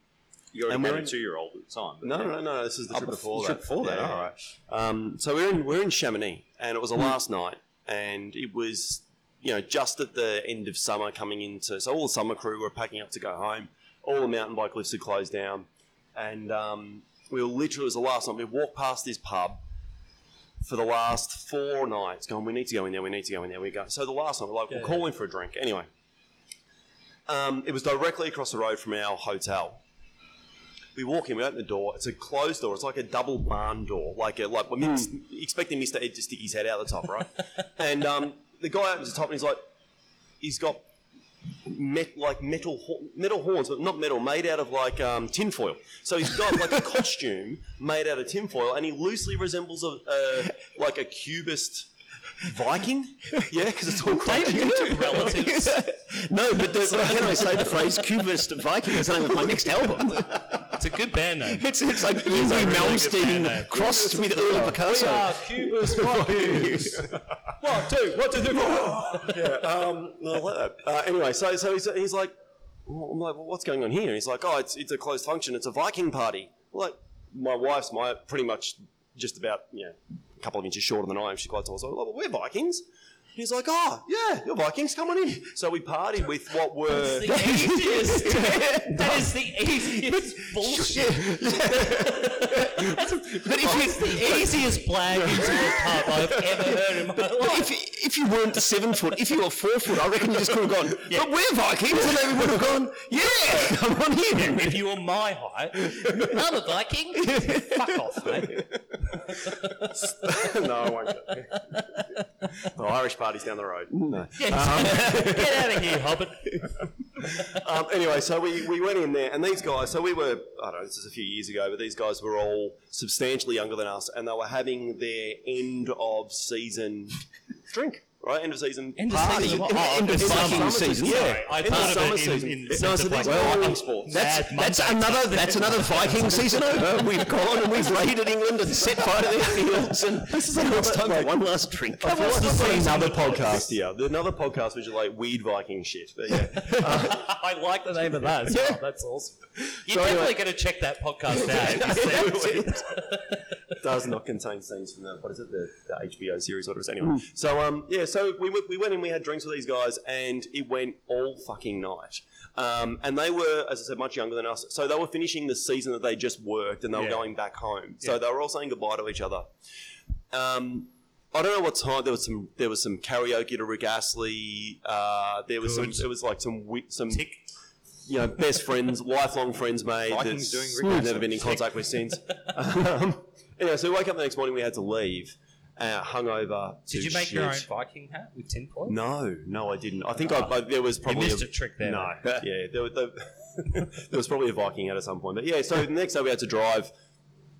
You already
And we're
had a
in-
two-year-old at the time. but-
no, no, no, no, this is the
Oh,
trip
bef-
before
the
that.
trip before that, oh,
Yeah.
all right.
Um, so we're in we're in Chamonix, and it was a last night, and it was you know just at the end of summer coming into. So all the summer crew were packing up to go home. All the mountain bike lifts had closed down. and um, we were literally it was the last night. We walked past this pub for the last four nights, going, "We need to go in there. We need to go in there." We go. So the last night, we're like, "We're calling for a drink." Anyway, um, it was directly across the road from our hotel. We walk in, we open the door. It's a closed door. It's like a double barn door, like a, like we're expecting Mister Ed to stick his head out the top, right? and um, the guy opens the top, and he's like, he's got met, like metal hor- metal horns, but not metal, made out of like um, tinfoil. So he's got like a costume made out of tinfoil, and he loosely resembles a, a like a cubist Viking. Yeah, because it's all David, relatives.
No, but the, how can I say the phrase "cubist Viking" is the name of my next album?
It's a good band name.
It's, it's like Yuri Malmsteen crossed with Earl Picasso.
Cubist Vikings. One, two, one, two, three, four.
um, I like that. Uh, anyway, so so he's, he's like, well, I'm like, well, what's going on here? He's like, oh, it's it's a closed function. It's a Viking party. Like my wife's my pretty much just about you know a couple of inches shorter than I am. She's quite tall. So I'm like, well, we're Vikings. He's like, oh yeah, you're Vikings. Come on in. So we partied with what were
easiest. that is the easiest bullshit.
But if
It's
you,
the easiest flag into a pub I've ever heard in my life.
but if, you- if you weren't seven foot, if you were four foot, I reckon you just could have gone. But we're Vikings, and they would have gone. Yeah, come on in.
If you were my height, I'm a Viking. Fuck off, mate.
no, I won't. Go. there. the Irish party's down the road. No.
Get out of here, Hobbit.
um, anyway, so we, we went in there, and these guys, so we were, I don't know, this is a few years ago, but these guys were all substantially younger than us, and they were having their end of season drink, right? End of season
End of
party.
season.
End of Viking season.
Yeah,
I
end
thought
of
of
summer
it in-
season.
in the
no,
sense
so
of
these
like,
were
oh,
all
Viking
sports.
That's,
Bad
that's another that's another Viking season over. We've gone and we've raided England and set fire to their fields, and now it's time for one last drink.
I feel like we've got another podcast here. There's Another podcast which is like weird Viking shit. But yeah.
I like the name of that. as well. That's awesome. You're
anyway-
definitely going to check that podcast out. if you see it.
does not contain scenes from the what is it the, the HBO series whatever it is anyway.
Hmm.
So um yeah, so we went, we went in, we had drinks with these guys, and it went all fucking night. Um, and they were, as I said, much younger than us, so they were finishing the season that they just worked, and they were going back home. So they were all saying goodbye to each other. Um, I don't know what time there was some there was some karaoke to Rick Astley. Uh, there was some it was like some wi- some you know best friends, lifelong friends made. that's-
Vikings doing Rick
I've never been in contact with since. um, anyway, so we woke up the next morning. We had to leave, uh, hungover. to
Did you make your own
shit.
Viking hat with tinfoil?
No, no, I didn't. I think I, I there was probably
missed a trick there,
No,
mate.
yeah, there, was- there, there was probably a Viking out at some point. But yeah, so the next day we had to drive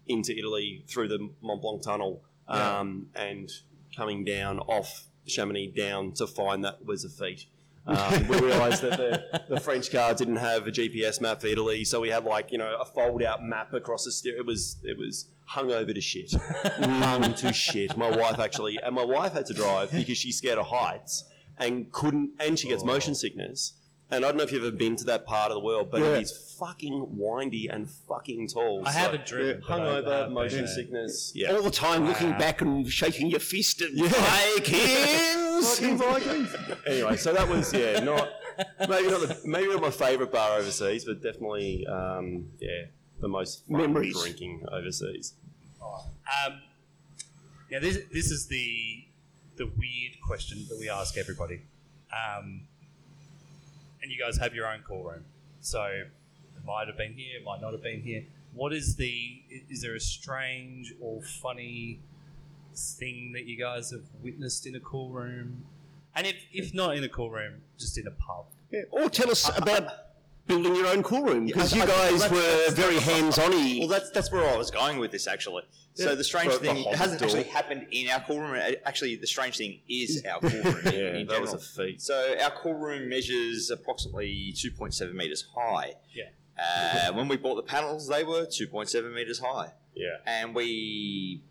into Italy through the Mont Blanc tunnel um, and coming down off Chamonix down to find that was a feat. Um, we realised that the, the French car didn't have a GPS map for Italy, so we had like you know a fold-out map across the. St- it was it was hung over to shit, hung to shit. My wife actually, and my wife had to drive because she's scared of heights and couldn't, and she gets motion sickness. And I don't know if you've ever been to that part of the world, but
Yeah.
it is fucking windy and fucking tall.
I
so-
haven't driven. but I- I
hungover,
have
motion
been.
sickness. Oh,
All the time looking back and shaking your fist at Vikings.
anyway, so that was yeah, not maybe not the, maybe not my favourite bar overseas, but definitely um, yeah, the most fun
Memories.
drinking overseas.
Um, yeah, this, this is the the weird question that we ask everybody. Um, and you guys have your own call room, so it might have been here, it might not have been here. What is the? i- Is there a strange or funny thing that you guys have witnessed in a call room? And if, if not in a call room, just in a pub.
Or tell us about building your own cool room because you guys were very
Well,
hands-on.
that's that's where I was going with this actually. So the strange
But the
thing it
Hobbit
hasn't
door.
actually happened in our call room. It- Actually, the strange thing is our call room in,
Yeah,
in
that was
general.
a feat.
so our call room measures approximately two point seven meters high.
Yeah.
Uh, when we bought the panels, they were two point seven meters high,
Yeah,
and we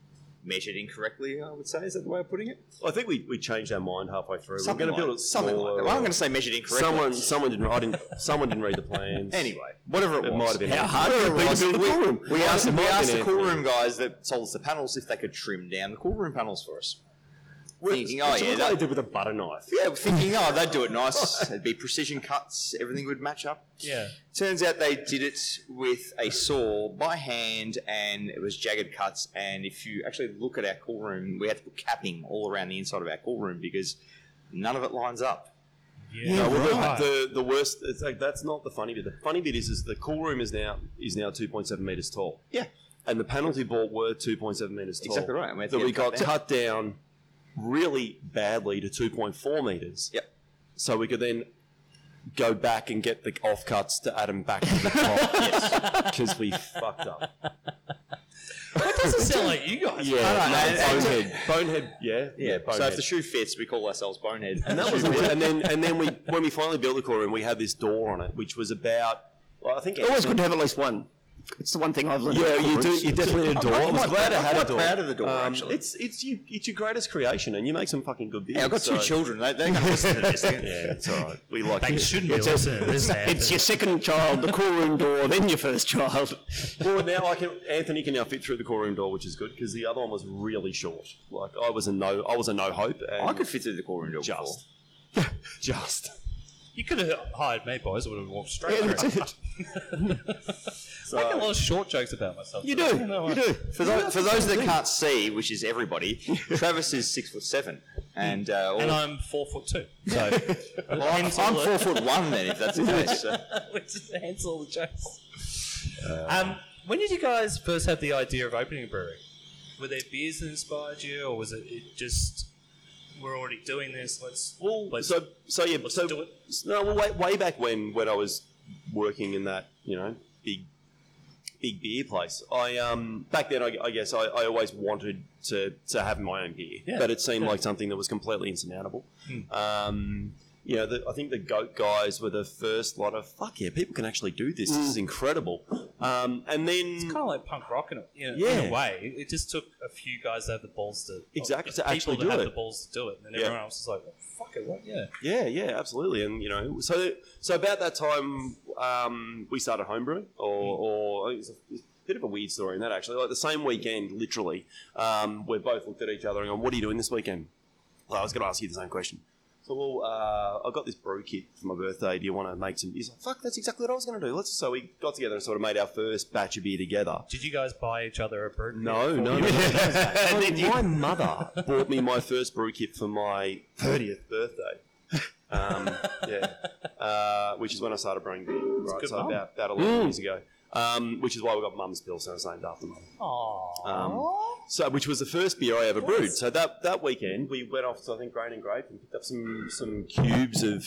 measured incorrectly. I would say is that the way of putting it?
I think we, we changed our mind halfway through.
Something
We're going to
like-
build it
something like
smaller.
that. Well, I'm going to say measured incorrectly.
someone someone didn't I didn't someone didn't read the plans.
Anyway, whatever it,
it
was,
might have been
How hard would it be to build a cool room?
We asked, we
might have
asked the
been
cool
Anthony.
room guys that sold us the panels if they could trim down the cool room panels for us. thinking, oh yeah,
What they
that,
did with a butter knife.
yeah, thinking, oh, they'd do it nice. It'd be precision cuts. Everything would match up.
Yeah.
Turns out they did it with a saw by hand, and it was jagged cuts. And if you actually look at our cool room, we had to put capping all around the inside of our cool room because none of it lines up.
Yeah.
No, well, the-
right.
the, the worst. It's like that's not the funny bit. The funny bit is, is the cool room is now is now two point seven meters tall.
Yeah.
and the penalty ball were two point seven meters tall.
Exactly right, and we had to
that
get
we
it cut
got
down.
cut down really badly to two point four meters.
Yep.
So we could then go back and get the off cuts to add them back to the top because we fucked up.
That doesn't sound like you guys.
Yeah,
no,
no, bonehead, bonehead. Yeah, yeah. Bonehead.
So if the shoe fits, we call ourselves Bonehead.
And that was it. And then and then we when we finally built the core room, we had this door on it, which was about well, I think
Always good to have at least one. It's the one thing I've learned.
Oh, Yeah,
about
you do.
corporates.
You definitely had a door. I was glad I had a door.
proud of the door,
Um,
actually.
it's it's you, it's your greatest creation, and you make some fucking good beer.
Yeah, I've got two children. They, they're going to listen to this.
Yeah, it's all right. We like
They
it.
shouldn't be listening to this man.
It's your second child, the cool room door, then your first child.
Well, now I can. Anthony can now fit through the core room door, which is good because the other one was really short. Like I was a no. I was a no hope. And
I could fit through the cool room door before.
just, just.
You could have hired me, boys. I would have walked straight
Yeah,
through.
that's it.
I make a lot of short jokes about myself.
You do. You do.
For those, for those that can't see, which is everybody, Travis is six foot seven, and uh, all-
And I'm four foot two. So
well, I'm, I'm four foot one then, if that's the case. So.
which is hence all the jokes. um, when did you guys first have the idea of opening a brewery? Were there beers that inspired you, or was it, it just we're already doing this? Let's
Well,
let's
so so yeah,
let's
so
do it.
no, well, way, way back when when I was working in that you know big big beer place, I um back then I, I guess I, I always wanted to to have my own beer,
Yeah. Hmm.
but it seemed like something that was completely insurmountable. Um, you know, the, I think the goat guys were the first lot of fuck yeah, people can actually do this. This is incredible. Um, and then
Hmm. It's kind of like punk rock in a, in a- in
Yeah.
a way. It- It just took a few guys to have the balls to
Exactly,
the
to
people
actually
to
do
have
it.
the balls to do it, and then
Yeah.
everyone else is like, "Oh, "Fuck it, what? Yeah,
Yeah, yeah, absolutely. And you know, so so about that time, um, we started homebrewing, or, or it's, a, it's a bit of a weird story in that actually. Like the same weekend, literally, um, we both looked at each other and gone, "What are you doing this weekend?" Well, I was going to ask you the same question. So, well, uh, I got this brew kit for my birthday. Do you want to make some? He's like, "Fuck, that's exactly what I was going to do." Let's. So we got together and sort of made our first batch of beer together.
Did you guys buy each other a bird?
No, no, no. no, no. my mother bought me my first brew kit for my 30th birthday. Um, yeah, uh, which is when I started brewing beer, right?
good
So
mum.
about, about 11 years ago. Um, which is why we got Mum's Pilsner, it's named after Mum.
Aww.
Um, so, which was the first beer I ever brewed. So that, that weekend we went off to I think Grain and Grape and picked up some some cubes of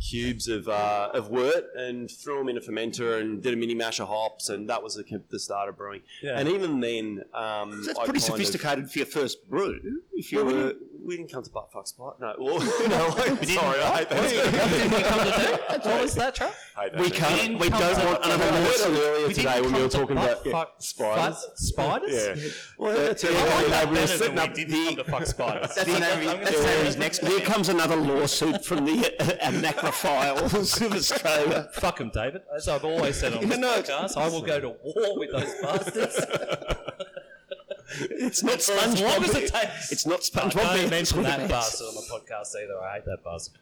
cubes of uh, of wort and threw them in a fermenter and did a mini mash of hops and that was the, the start of brewing.
Yeah.
And even then, um,
That's pretty
I kind of-
sophisticated for your first brew. If you
well, we,
were,
didn't, we didn't come to butt fuck spot. No, well, no. I'm sorry, I hate that.
what was that, Trump?
I hate that.
we
name.
can't. We don't want
I
another
heard
one.
it earlier today when we were talking about yeah,
fuck,
spiders.
fuck spiders.
Yeah. Well, that's it.
That
we were
better
setting
than
up
we didn't come
the.
to fuck spiders.
That's the name of his, that's the name of his next
Here comes another lawsuit from the anacrophiles of Australia.
Fuck them, David. As I've always said on this
No, it's-
podcast, I will go to war with those bastards.
It's not
for as long as it
SpongeBob.
takes.
It's not
I
SpongeBob.
don't
man.
mention
It's
that
what it is.
bastard on the podcast either. I hate that bastard.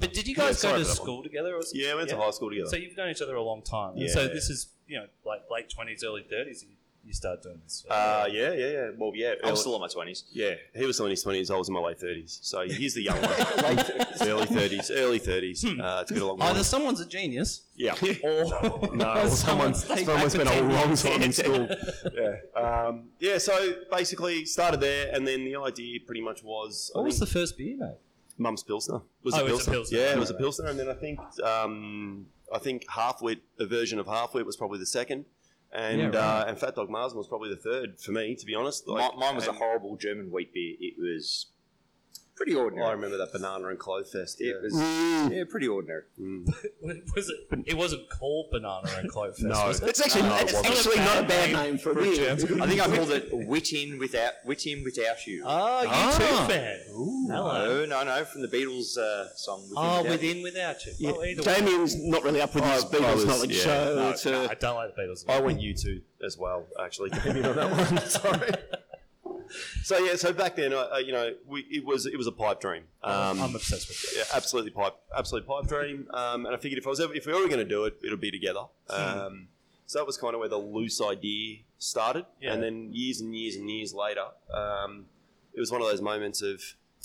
but did you guys
Um, sorry
go to
for that
school together? Or something?
Yeah, we went to high school together.
So you've known each other a long time.
Yeah.
So this is you know like late twenties, early thirties. You, you start doing this.
Uh, yeah, yeah, yeah. Well, yeah.
I'm
early-
still in my twenties.
Yeah, he was still in his twenties. I was in my late thirties. So he's the young one. late early thirties, early thirties. Uh, it's been a long
Either
time.
someone's a genius,
Yeah.
or
No, someone,
stayed back
someone's
for
been a
10
long
years.
time in school. yeah. Um, yeah. So basically, started there, and then the idea pretty much was.
what
I
was
think,
the first beer, mate?
Mum's Pilsner? Was
Oh,
it
it was a
Pilsner?
Pilsner.
Yeah, it was a
Alright.
Pilsner, and then I think um, I think Half Wit, a version of Half Wit, was probably the second, and
Yeah, right.
uh, and Fat Dog Marsden was probably the third for me, to be honest. Like,
mine was a
and-
horrible German wheat beer. It was pretty ordinary.
I remember that banana and clove fest. Yeah.
It was yeah, pretty ordinary.
Was it? It wasn't called Banana and Clove Fest.
No.
was it?
It's actually,
No, it
it's
wasn't.
actually not a bad name for a beer.
I think I called it "Wit in without Wit in without you."
Oh, you
Ah.
too fan. Hello.
no, no, no, from the Beatles uh, song. Within
Oh,
Without You.
within without you.
Yeah.
Well, either way.
Damien's not really up with his
I
Beatles
was-
knowledge,
yeah.
so
No,
it's, uh,
no, I don't like the Beatles.
I went you two as well, actually. Came in on that one. Sorry. so yeah, so back then, uh, uh, you know, we, it was it was a pipe dream. Um,
I'm obsessed with it.
yeah, absolutely pipe, absolute pipe dream. Um, and I figured if I was ever, if we were going to do it, it'll be together.
Hmm.
Um, so that was kind of where the loose idea started. And then years and years and years later, um, it was one of those moments of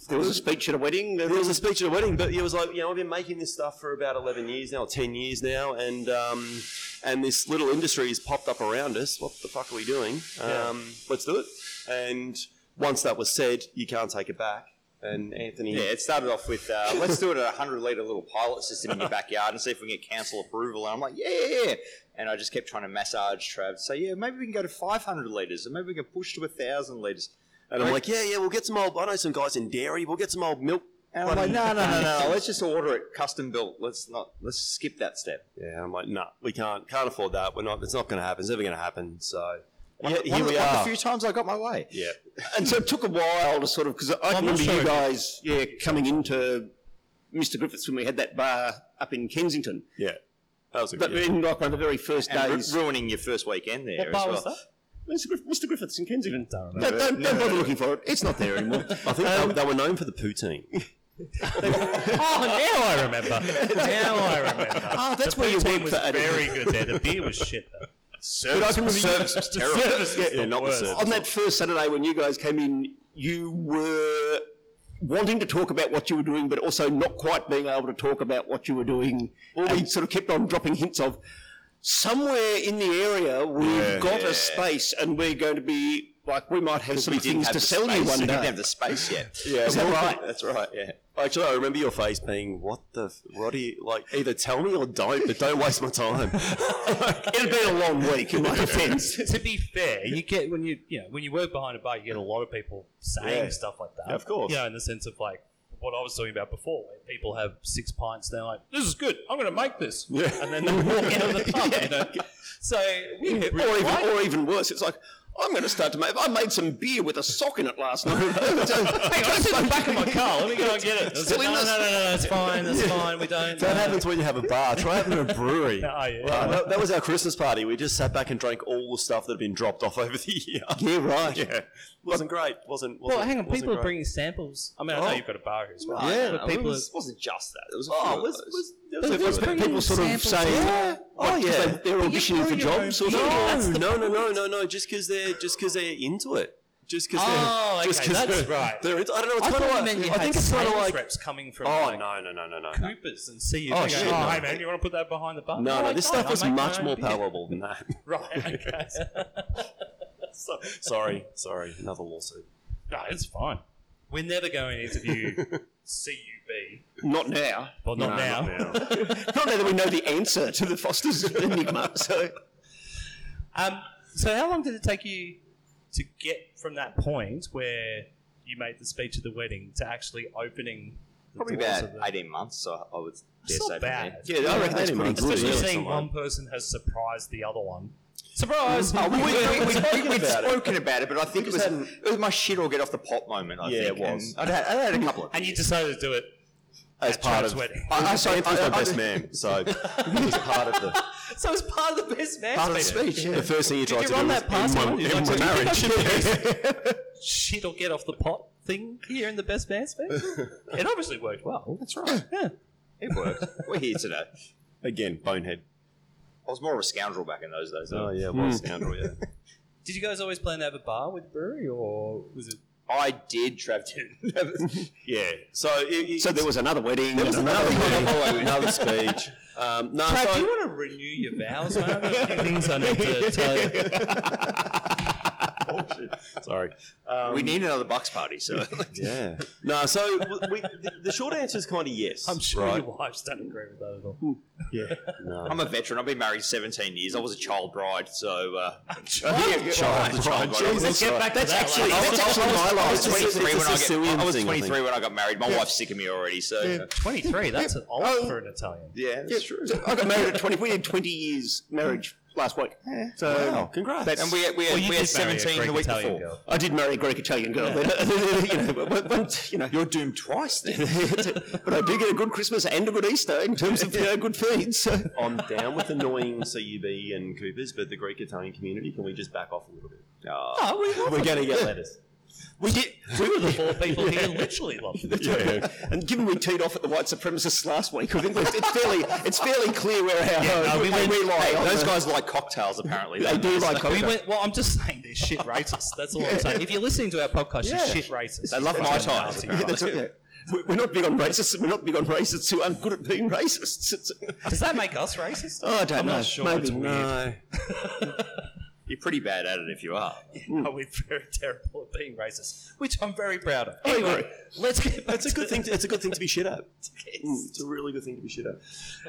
There was a speech at a wedding. There
there was a speech at a wedding, but it was like, you know, I've been making this stuff for about 11 years now, 10 years now, and um, and this little industry has popped up around us. What the fuck are we doing? Um, Let's do it. And once that was said, you can't take it back. And Anthony,
Yeah, it started off with uh, let's do it at a hundred liter little pilot system in your backyard and see if we can get council approval. And I'm like, yeah, yeah, yeah. And I just kept trying to massage Trav. So yeah, maybe we can go to five hundred liters, and maybe we can push to thousand liters.
and I'm like, yeah, yeah, we'll get some old. I know some guys in dairy. We'll get some old milk.
And I'm like, no, no, no, no. Let's just order it custom built. Let's not. Let's skip that step.
Yeah, I'm like, nah, we can't, can't afford that. We're not. It's not going to happen. It's never going to happen. So
One,
yeah,
of the-
here
one of
we
the- one of
are.
the few times I got my way.
Yeah.
and so it took a while to sort of because I remember you guys, yeah, coming into Mr. Griffiths when we had that bar up in Kensington.
Yeah. That was a
But
good.
in like one of the very first
And ru-
days,
ruining your first weekend there
What bar
as
was
well.
that?
Mr. Griff- Mr. Griffiths in Kensington.
Don't remember.
Don't, don't, don't bother looking for it. It's not there anymore.
I think
Um,
oh, they, they were known for the poutine.
Oh, now I remember. now I remember.
Ah, that's
the
where you
poutine
went
was
for eight
very good there. The beer was shit though.
But I can remember-
Service was terrible.
yeah, not
worst.
the service.
on that first Saturday when you guys came in, you were wanting to talk about what you were doing, but also not quite being able to talk about what you were doing. and sort of kept on dropping hints of somewhere in the area we've got a space and we're going to be like we might have some
We didn't
things
have
to
the
sell
space.
you one
We didn't
day.
have the space yet.
Yeah,
Is that
well,
right?
That's right. Yeah.
Actually, I remember your face being, "What the? f- What do you like? Either tell me or don't, but don't waste my time."
It'd been a long week, in my defence.
to be fair, you get when you you know when you work behind a bar, you get a lot of people saying
Yeah.
stuff like that.
Yeah, of course.
you know, in the sense of like what I was talking about before, where people have six pints, they're like, "This is good. I'm going to make this," and then they walk out of the pub. You know? So we
or,
really like
even, or even worse, it's like. I'm going to start to make. I made some beer with a sock in it last night. Hang on, it's in the back of my
Carl, let me go and get it. I was
Still
like,
in
no,
this-
no, no, no, it's fine, that's fine. We don't.
that
no."
happens when you have a bar. Try having a brewery.
Oh, yeah.
Wow, that, that was our Christmas party. We just sat back and drank all the stuff that had been dropped off over the year.
Yeah, right.
Yeah, wasn't great. Wasn't.
Well,
wasn't
hang on.
wasn't
People are
great. Oh,
bringing samples. I mean, I know you've got a bar here as well.
Yeah,
but people
it was, wasn't just that. There was a few
Oh,
of
was,
those.
was,
But
there was a few
was
of them.
people sort of
samples
saying,
Yeah.
oh, yeah. They, are auditioning for
bring your own
jobs or
people.
something?
No, no, no, no, no, no. Just because they're just because they're into it. Just because.
Oh,
they're, just
okay,
'cause
that's
they're,
right.
They're into, I don't know. It's
I
kind
thought
of
you
like.
meant you
I
had
think it's kind of
sales
like.
reps coming from
Oh
like,
no, no, no, no, no. no.
Coopers and see you.
Oh,
They go,
shit, no.
hey man, you want to put that behind the bar?
No, no,
I
this
don't.
stuff
I
is
make my
much
own
more
beer."
palatable than that.
Right. Okay.
So- sorry, sorry, another lawsuit.
no, it's fine. We're never going to interview CUB.
Not now.
Well, not now.
Not now that we know the answer to the Foster's enigma. So
Um, so how long did it take you to get from that point where you made the speech at the wedding to actually opening? The
probably
doors
about
of the-
18 months, so I would dare
It's
say.
not bad.
Yeah.
yeah, I reckon that's pretty good.
Especially
yeah.
seeing one person has surprised the other one. Surprise! Oh,
we,
we-
would
spoken about it.
spoken about it, but I think it was,
hadn't-
it was my shit or get off the pot moment. I
Yeah,
think.
it was.
And I'd had, I'd had a couple of.
and you decided to do it
As
at
part
Trev's
of,
wedding.
I, I,
I'm sorry,
sorry, Anthony's
I-
my
I-
best man, so he's part of the
So it's part of the best man
part of the speech. The first thing he tried
you
to
run
do
that past
was
him?
end
He's
my, end
like,
my
"Do you
marriage.
Shit will get off the pot thing here in the best man speech. it obviously worked well. That's right. Yeah.
It worked. We're here today.
Again, bonehead.
I was more of a scoundrel back in those days. though.
Oh yeah, well, scoundrel. Yeah.
Did you guys always plan to have a bar with the brewery, or was it?
I did, Trav didn't.
yeah. So, it, it,
So there was another wedding.
there was
and
another wedding, another speech. Um, no,
Brad, do
so,
you want to renew your vows, man? I've got a few things I need to tell you.
sorry. Um,
we need another Bucks party, so.
Yeah. No, so w- we, the, the short answer is kind of yes.
I'm sure
right?
your wives don't agree with that at all.
No.
I'm a veteran. I've been married 17 years. I was a child bride, so. Uh,
child,
child
child,
bride.
Jesus Christ.
that's actually, that's actually my
I
last
was
wedding.
23
it's a
when I
Sicilian
got. I was
thing, I
23 when I got married. My wife's sick of me already, so.
Twenty-three. That's an old for an Italian.
Yeah, that's true.
I got married at 20. We had 20 years marriage last week. So
Wow, congrats.
that's,
And we had, we had,
Well, you
we had
did marry a
17
Greek
the week
Italian
before.
girl.
I did marry a Greek Italian girl. you know, but once, you know,
You're doomed twice then.
but I do get a good Christmas and a good Easter in terms of uh, good feeds. So.
I'm down with annoying CUB and Coopers, but the Greek Italian community, can we just back off a little bit?
Oh, we love
We're going to get letters.
We did.
We were the four people here literally loved it.
That's right. And given we teed off at the white supremacists last week, I think it's, it's fairly it's fairly clear where our home.
we went-
we lie.
Hey,
on
those
the-
guys like cocktails, apparently.
they do like
We
cocktails.
went, well, I'm just saying they're shit racists. That's all I'm saying. If you're listening to our podcast,
Yeah.
you're shit racist.
They love my ties.
Yeah, that's right. yeah. We- We're not big on racists. We're not big on racists who aren't good at being racists. It's,
Does that make us racist?
oh, I don't know. Maybe.
You're pretty bad at it if you are.
No, we're very terrible at being racist, which I'm very proud of.
I agree.
Anyway, let's get back
It's a
to
good thing. To, it's a good thing to be shit at. Mm, It's a really good thing to be shit at.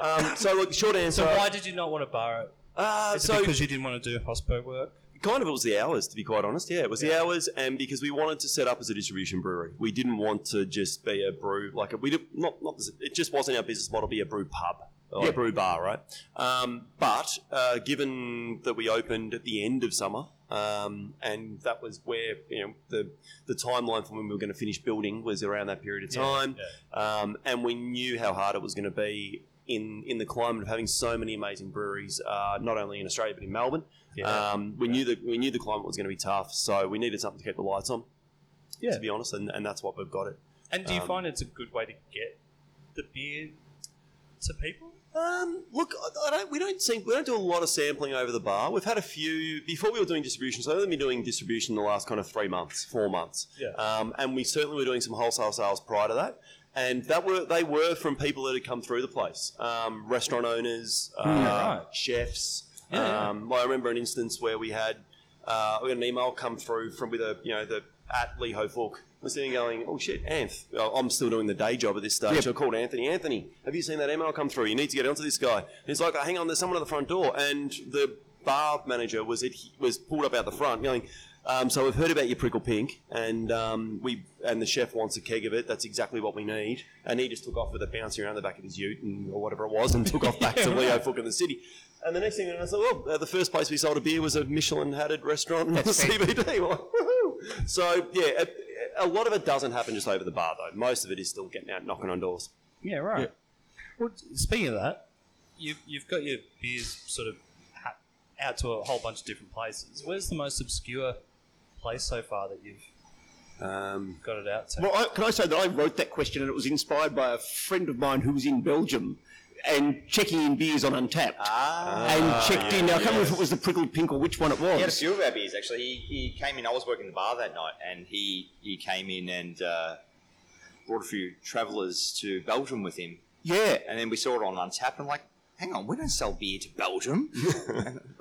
Um, so, look, short answer.
So why did you not want to borrow it?
uh,
Is it
so
because you didn't want to do hospo work?
kind of it was the hours, to be quite honest. Yeah, it was the hours, and because we wanted to set up as a distribution brewery, we didn't want to just be a brew like we did, not not it just wasn't our business model. Be a brew pub. Or a brew bar, right? Um, but uh, given that we opened at the end of summer, um, and that was where you know the the timeline for when we were going to finish building was around that period of time, Um, and we knew how hard it was going to be in in the climate of having so many amazing breweries, uh, not only in Australia but in Melbourne.
Uh,
Um, we knew that we knew the climate was going to be tough, so we needed something to keep the lights on.
Yeah.
To be honest, and, and that's what we've got it.
And do you
Um,
find it's a good way to get the beer to people?
Um, look, I, I don't, we don't seem, we don't do a lot of sampling over the bar. We've had a few before we were doing distribution. So I've only been doing distribution the last kind of three months, four months.
Yeah.
Um, and we certainly were doing some wholesale sales prior to that, and that were they were from people that had come through the place, um, restaurant owners,
Hmm.
uh,
right.
chefs.
Yeah, yeah.
um, I remember an instance where we had uh, we had an email come through from with a you know the at Lee Ho Fork. I was sitting there going, oh shit, Anth. Oh, I'm still doing the day job at this stage. I called Anthony. Anthony, have you seen that email come through? You need to get onto this guy. And he's like, oh, hang on, there's someone at the front door. And the bar manager was it was pulled up out the front, going, um, so we've heard about your prickle pink, and um, we and the chef wants a keg of it. That's exactly what we need. And he just took off with a bouncy around the back of his Ute and, or whatever it was, and took off back to Leo Fook in the city. And the next thing I was like, well, uh, the first place we sold a beer was a Michelin-hatted restaurant in the CBD. We're like, "Woohoo." so yeah, a, a lot of it doesn't happen just over the bar though. Most of it is still getting out, knocking on doors.
Yeah, right. Well, speaking of that, you've, you've got your beers sort of ha- out to a whole bunch of different places. Where's the most obscure place so far that you've
Um,
got it out to?
Well, I, can I say that I wrote that question and it was inspired by a friend of mine who was in Belgium and checking in beers on Untapped.
Ah,
and checked in. Now, I can't remember if it was the prickled pink or which one it
He had a
was.
few of our beers actually. He, he came in. I was working the bar that night, and he he came in and uh, brought a few travellers to Belgium with him.
Yeah.
And then we saw it on Untapped, and I'm like, hang on, we don't sell beer to Belgium.
Well,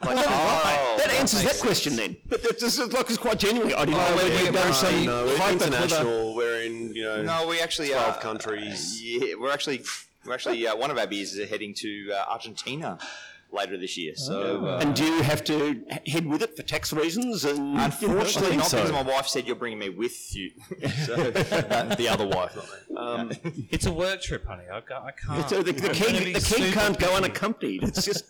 oh,
that
that
answers that
makes Oh,
question then. But that's, that's, that's like it's quite genuinely. I didn't know
we're,
whether you'd done some
no, we're
hyper clever-
international. We're in you know
no, we actually are.
twelve countries.
Yeah, we're actually we're actually uh, one of our beers is heading to uh, Argentina later this year. So uh,
And do you have to h- head with it for tax reasons? And
unfortunately, not
so.
because my wife said you're bringing me with you. so,
the other wife. Um,
It's a work trip, honey. I, ca- I can't.
So the, the
I'm gonna be
keg, the
super
keg can't go unaccompanied. It's just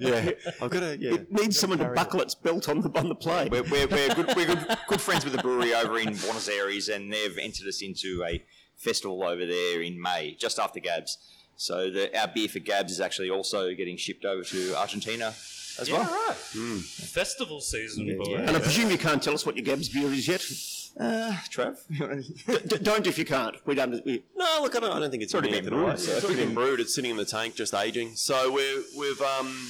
yeah, I've got to. Yeah,
it needs someone to buckle its belt on the on the plane.
we're we're, we're, good, we're good, good friends with a brewery over in Buenos Aires, and they've entered us into a festival over there in May, just after Gabs. So the, our beer for Gabs is actually also getting shipped over to Argentina as well.
Festival season, boy.
And I presume you can't tell us what your Gabs beer is yet.
Uh, Trev, you wanna-
D- don't if you can't. We don't. We,
No, look, I don't, I don't think it's already
been
been brewed.
brewed,
so it's already been brewed. It's sitting in the tank, just aging. So we're we've um,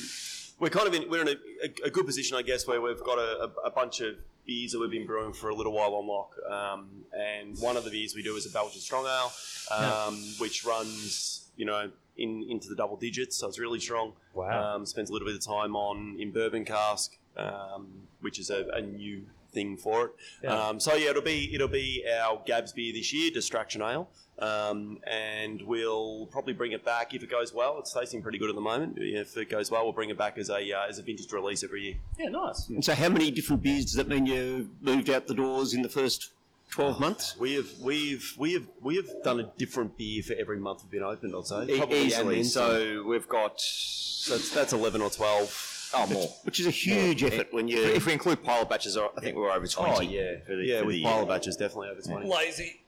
we're kind of in we're in a, a, a good position, I guess, where we've got a, a, a bunch of beers that we've been brewing for a little while on lock. Um, and one of the beers we do is a Belgian strong ale, um, which runs you know in into the double digits, so it's really strong.
Wow.
Um, spends a little bit of time on in bourbon cask, um, which is a, a new thing for it.
Yeah.
Um, so yeah, it'll be it'll be our Gabs beer this year, Distraction Ale, um, and we'll probably bring it back if it goes well. It's tasting pretty good at the moment. If it goes well, we'll bring it back as a uh, as a vintage release every year.
Yeah, nice.
and so, how many different beers does that mean you moved out the doors in the first twelve months?
We have we've we have we have done a different beer for every month we've been open. I'd say
E,
probably and
easily.
then some.
So we've got
So that's, that's eleven or twelve.
oh more.
Which is a huge effort when you.
If we include pilot batches, I think we're over twenty. for the,
Oh, yeah,
for
with
the
pile
year.
of batches, definitely over twenty.
Lazy.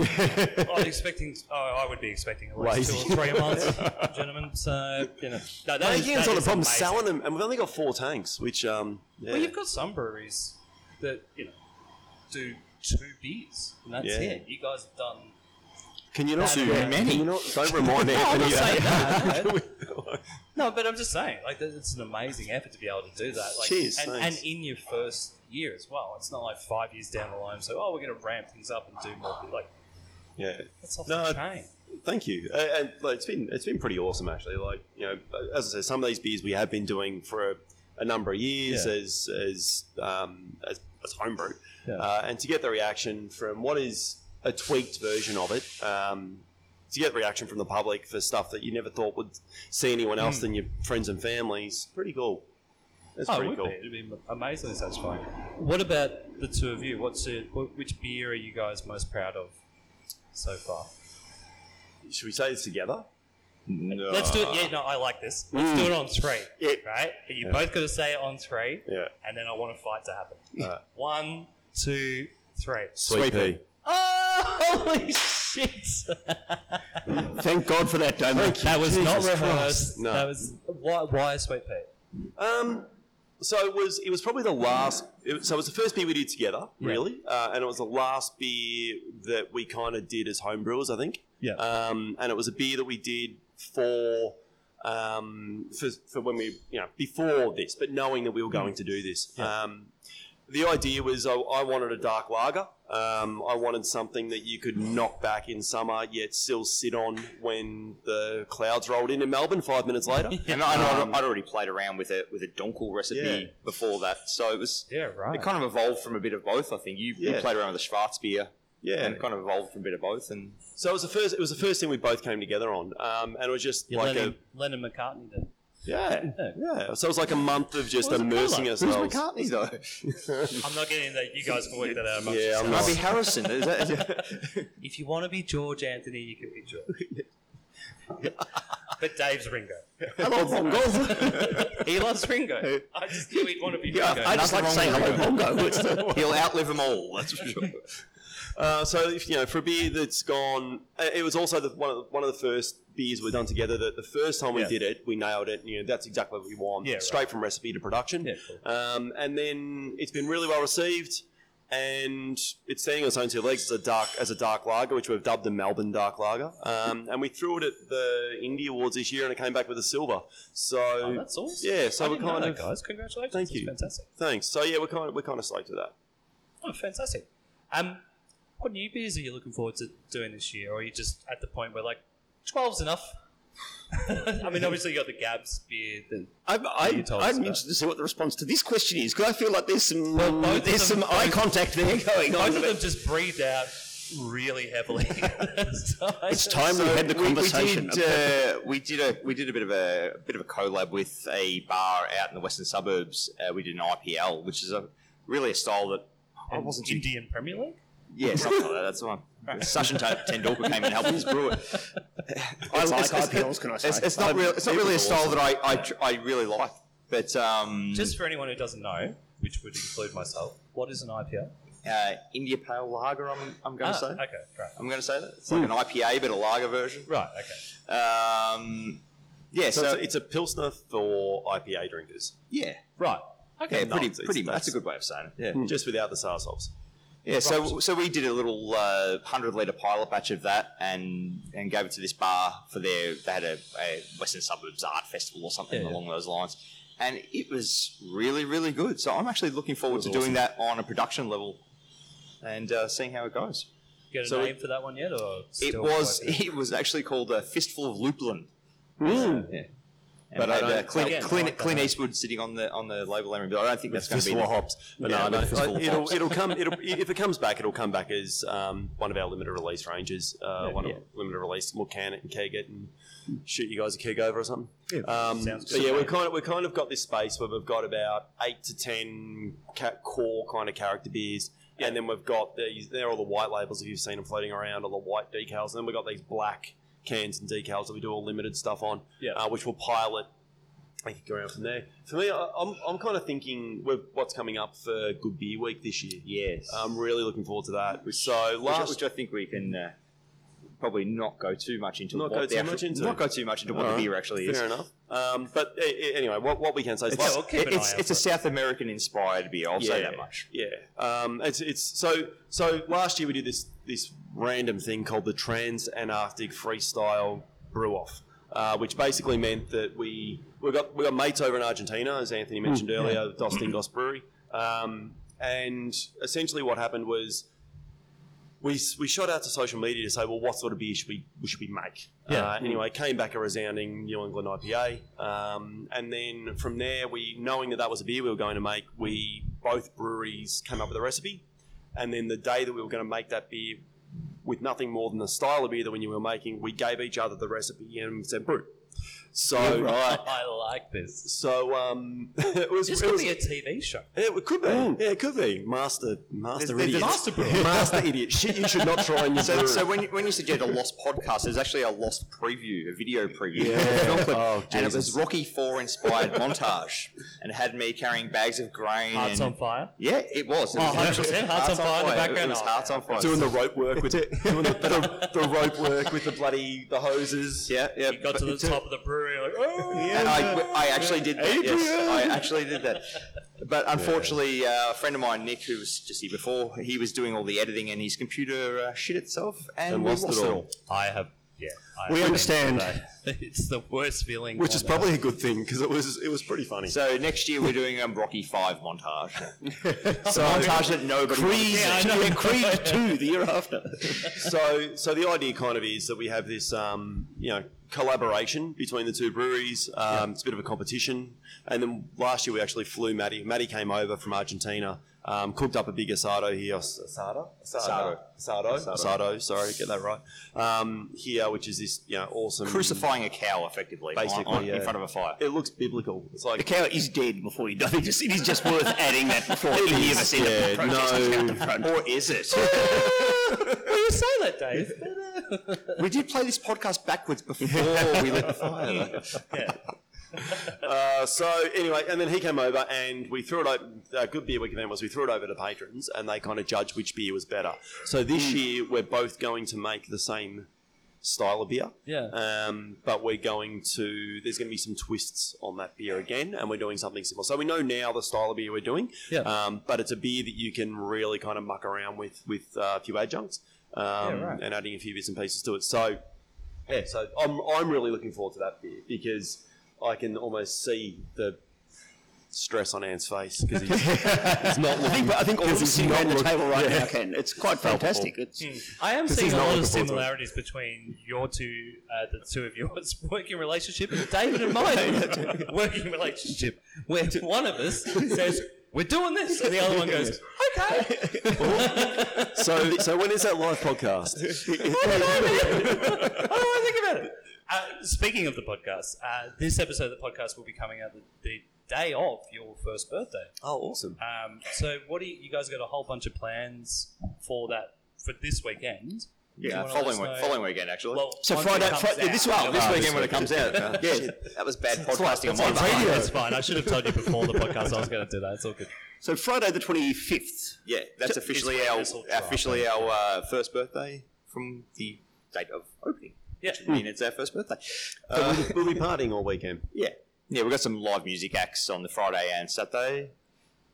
I'm expecting. Oh, I would be expecting at least
Lazy.
two or three a month, gentlemen. So you know, no, that is-
Again, it's
that
not a
is
problem
amazing.
selling them, and we've only got four tanks, which um, yeah.
Well, you've got some breweries that you know do two beers, and that's
Yeah.
it. You guys have done.
Can you not?
Too many.
Can you not? Don't remind me.
No, I'm not
Anthony,
saying that.
uh,
No, but I'm just saying, like, that- it's an amazing effort to be able to do that. Like,
Cheers,
and, and
thanks.
in your first year as well. It's not like five years down the line, so oh, we're going to ramp things up and do more. Like,
yeah.
that's off
No,
the chain.
Thank you, Uh, and like, it's been it's been pretty awesome actually. Like you know, as I said, some of these beers we have been doing for a, a number of years
Yeah.
as as um, as, as homebrew,
Yeah.
uh, and to get the reaction from what is a tweaked version of it, um, to get reaction from the public for stuff that you never thought would see anyone else than your friends and families, pretty cool. That's
Mm. Oh, it
pretty
would
cool.
be. It'd be amazingly satisfying. What about the two of you? What's it? wh- Which beer are you guys most proud of so far?
Should we say this together?
No.
Let's do it. Yeah, no, I like this. Let's do it on three. Right? You
Uh, Yeah.
both got to say it on three,
Yeah.
and then I want a fight to happen.
Alright.
One, two, three.
Sweet pea.
Oh, holy shit!
Thank God for that, Damon.
that was not
Jesus
rehearsed.
No.
That was why? Why sweet pea?
Um, so it was. It was probably the last. It, so it was the first beer we did together, really, uh, and it was the last beer that we kind of did as homebrewers, I think.
Yeah.
Um, and it was a beer that we did for um, for, for when we you know before this, but knowing that we were going to do this. Um, the idea was I, I wanted a dark lager. Um, I wanted something that you could knock back in summer, yet still sit on when the clouds rolled into Melbourne five minutes later.
And I, I'd-
Um,
I'd already played around with a with a donkel recipe
Yeah.
before that, so it was
Yeah, right.
it kind of evolved from a bit of both. I think you,
Yeah.
you played around with the Schwarzbier,
yeah,
and it kind of evolved from a bit of both. And
So it was the first. It was the first thing we both came together on, um, and it was just
You're
like
Lennon,
a
Lennon McCartney did.
yeah, yeah. So it was like a month of just
What was the
immersing
colour?
ourselves.
McCartney though?
I'm not getting that. You guys can work that out. amongst
Yeah, I'm
yourselves.
not.
Harvey Harrison. Is that, is
If you want to be George Anthony, you can be George. but Dave's Ringo.
Hello, Bongo.
He loves Ringo. I just knew he'd want to be Ringo.
I just like saying hello, Bongo. It's the-
he'll outlive them all. That's for sure.
Uh, so if, you know, for a beer that's gone, uh, it was also the, one of the, one of the first beers we've done together. That the first time we
Yeah.
did it, we nailed it. You know, that's exactly what we want.
Yeah, right.
straight from recipe to production.
Yeah, cool.
um, and then it's been really well received. And it's standing on its own two legs as a dark as a dark lager, which we've dubbed the Melbourne Dark Lager. Um, and we threw it at the Indie Awards this year, and it came back with a silver. So
Oh, that's awesome.
yeah, so
I
we're
didn't know
kind
that,
of-
guys. Congratulations.
Thank
That's
you.
fantastic.
thanks. So yeah, we're kind of, we're kind of stoked with that.
Oh, fantastic. Um, what new beers are you looking forward to doing this year? Or are you just at the point where, like, 12's enough? I mean, obviously, you got the Gabs beer. The,
I'm,
you
I'm,
told us
I'm
about?
interested to see what the response to this question is because I feel like there's some
both of
there's
them-
some eye contact there going on.
both of them just breathed out really heavily.
It's time we had the
we, we
conversation.
did uh, we did a we did a bit of a, a bit of a collab with a bar out in the western suburbs. Uh, we did an IPL, which is a really a style that I wasn't too
Indian Premier League?
Yeah, something like that. That's the one. Sachin T- Tendulkar came and helped us brew it. It's
like
it's- it's-
IPLs, can I say?
It's, it's not, real, it's not really a style that I, I, tr- I really like, but um,
Just for anyone who doesn't know, which would include myself, what is an IPA?
uh, India Pale Lager, I'm, I'm going
Ah,
to say.
okay, right.
I'm going to say that. It's like an IPA, but a lager version.
Right, okay.
Um, yeah,
So,
so,
it's, a, it's a pilsner for IPA drinkers,
yeah.
Right.
Okay,
no,
pretty,
it's-
pretty much.
it's-
That's a good way of saying it.
Hmm.
Yeah.
just without the sour hops.
Yeah, so so we did a little uh, hundred liter pilot batch of that, and and gave it to this bar for their they had a, a Western Suburbs Art Festival or something
Yeah, yeah.
along those lines, and it was really really good. So I'm actually looking forward to doing that on a production level, and uh, seeing how it goes.
Get a
So
name for that one yet, or
it
still
was
quite
it was actually called a fistful of lupulin. Yeah. And
But
but
I
I
don't-
uh, Clint,
Again,
Clint,
like that.
Clint Eastwood sitting on the on the label area, but I don't think that's going to be.
Fistful of hops. But
Yeah,
no, I
with
don't-
fistful of
it'll,
hops.
it'll come. It'll, if it comes back, it'll come back as um, one of our limited release ranges. Uh, one of limited release. We'll can it and keg it and shoot you guys a keg over or something. um,
sounds
but yeah,
good.
we've kind of we kind of got this space where we've got about eight to ten ca- core kind of character beers. And then we've got these. They're all the white labels if you've seen them floating around, all the white decals. And then we've got these black cans and decals that we do all limited stuff on,
Yeah.
uh, which will pilot I could go around from there. For me, I, I'm, I'm kind of thinking with what's coming up for Good Beer Week this year.
Yes.
I'm really looking forward to that. So
Which I-
last
which I think we can uh, probably not go too much into
Not
what
go
the
too
actual-
much into.
not go too much into what
All
the
right.
beer actually is.
Fair enough. Um, but a- a- anyway, what, what we can say is
It's,
last-
we'll keep an
it's,
eye out
it's a South American inspired beer. I'll say
Yeah.
that much.
Yeah. Um, it's it's so so last year we did this this random thing called the Trans Antarctic Freestyle Brew Off, uh, which basically meant that we we got we got mates over in Argentina, as Anthony mentioned earlier, Dos Tingos Brewery, um, and essentially what happened was. We, s- we shot out to social media to say, well, what sort of beer should we, should we make?
Yeah.
Uh, anyway, it came back a resounding New England IPA. Um, and then from there, we knowing that that was a beer we were going to make, we both breweries came up with a recipe. And then the day that we were going to make that beer, with nothing more than the style of beer that we knew we were making, we gave each other the recipe and said brew. So uh,
I like this.
so um, it was.
This
it
could
was-
be a TV show.
yeah, it could be. Yeah, it could be. Master, master
Mm. There's-
idiot.
there's a-
Master, idiot. Shit, you should not try in your
So,
brew.
so when you, when you suggest a lost podcast, there's actually a lost preview, a video preview,
Yeah. Oh,
and it was
Jesus.
Rocky Four inspired montage, and it had me carrying bags of grain.
Hearts
and-
on fire.
Yeah, it was. It was
100%, hearts on fire in the
It
background.
was hearts on fire.
doing the rope work with it, doing the, the, the rope work with the bloody the hoses.
yeah, yeah.
You got to the top of the brewery, like, oh,
And I, I actually did that. Yes, I actually did that. But unfortunately, uh, a friend of mine, Nick, who was just here before, he was doing all the editing, and his computer uh, shit itself, and,
And
we
lost it all.
I have. Yeah, I
We
have
understand.
been today. It's the worst feeling.
Which is
on
probably a good thing because it was it was pretty funny.
So next year we're doing a Rocky Five montage. so montage that nobody.
Creed, yeah, Creed 2 the year after.
so so the idea kind of is that we have this um, you know collaboration between the two breweries. Um, It's a bit of a competition, and then last year we actually flew Maddie. Maddie came over from Argentina, um, cooked up a big asado here. Asado, asado, asado, asado. sorry, get that right. Um, here, which is this you know awesome
Crucifying a cow effectively, on-
Basically,
on- in
yeah.
front of a fire.
It looks biblical. It's
The
like
cow is dead before he dies. It is just worth adding that before any of us end
yeah,
up protesting
no.
out the front. Or is it?
Well, you say that, Dave.
We did play this podcast backwards before we lit the fire.
Uh, so anyway, and then he came over and we threw it open. A good beer week event was we threw it over to patrons and they kind of judged which beer was better. So this year we're both going to make the same style of beer.
Yeah.
Um, but we're going to there's going to be some twists on that beer again, and we're doing something similar. So we know now the style of beer we're doing.
Yeah.
Um, but it's a beer that you can really kind of muck around with with uh, a few adjuncts um,
right.
and adding a few bits and pieces to it. So yeah, so I'm I'm really looking forward to that beer because I can almost see the stress on Anne's face because he's, he's not
I
looking.
think, I think all of us sitting around the
look-
table right now can. It's quite fantastic. It's,
I am
This
seeing
is
a
not
lot
looking
of
forward to it.
similarities between your two, uh, the two of yours working relationship, and David and mine working relationship, where one of us says we're doing this, and the other one goes, okay.
So so when is that live podcast?
I don't want to think about it. Uh, speaking of the podcast, uh, this episode of the podcast will be coming out the, the day of your first birthday.
Oh, awesome.
Um, so, what do you, you guys got? A whole bunch of plans for that for this weekend.
Yeah,
wanna let
following
us
week,
know-
following weekend actually.
Well,
so
once it
Friday,
comes
Friday
out.
this, well, this
Ah,
this
weekend.
weekend when it comes out. uh, shit, that was bad podcasting on my
That's fine,
part.
That's fine. I should have told you before the podcast I was going to do that. It's all good.
So Friday the 25th.
Yeah, that's officially
when
our
this will drop,
officially our uh, first birthday from the date of opening.
Yeah.
I mean, it's our first birthday.
So
Uh,
we'll, we'll be partying all weekend.
yeah, yeah, we've got some live music acts on the Friday and Saturday.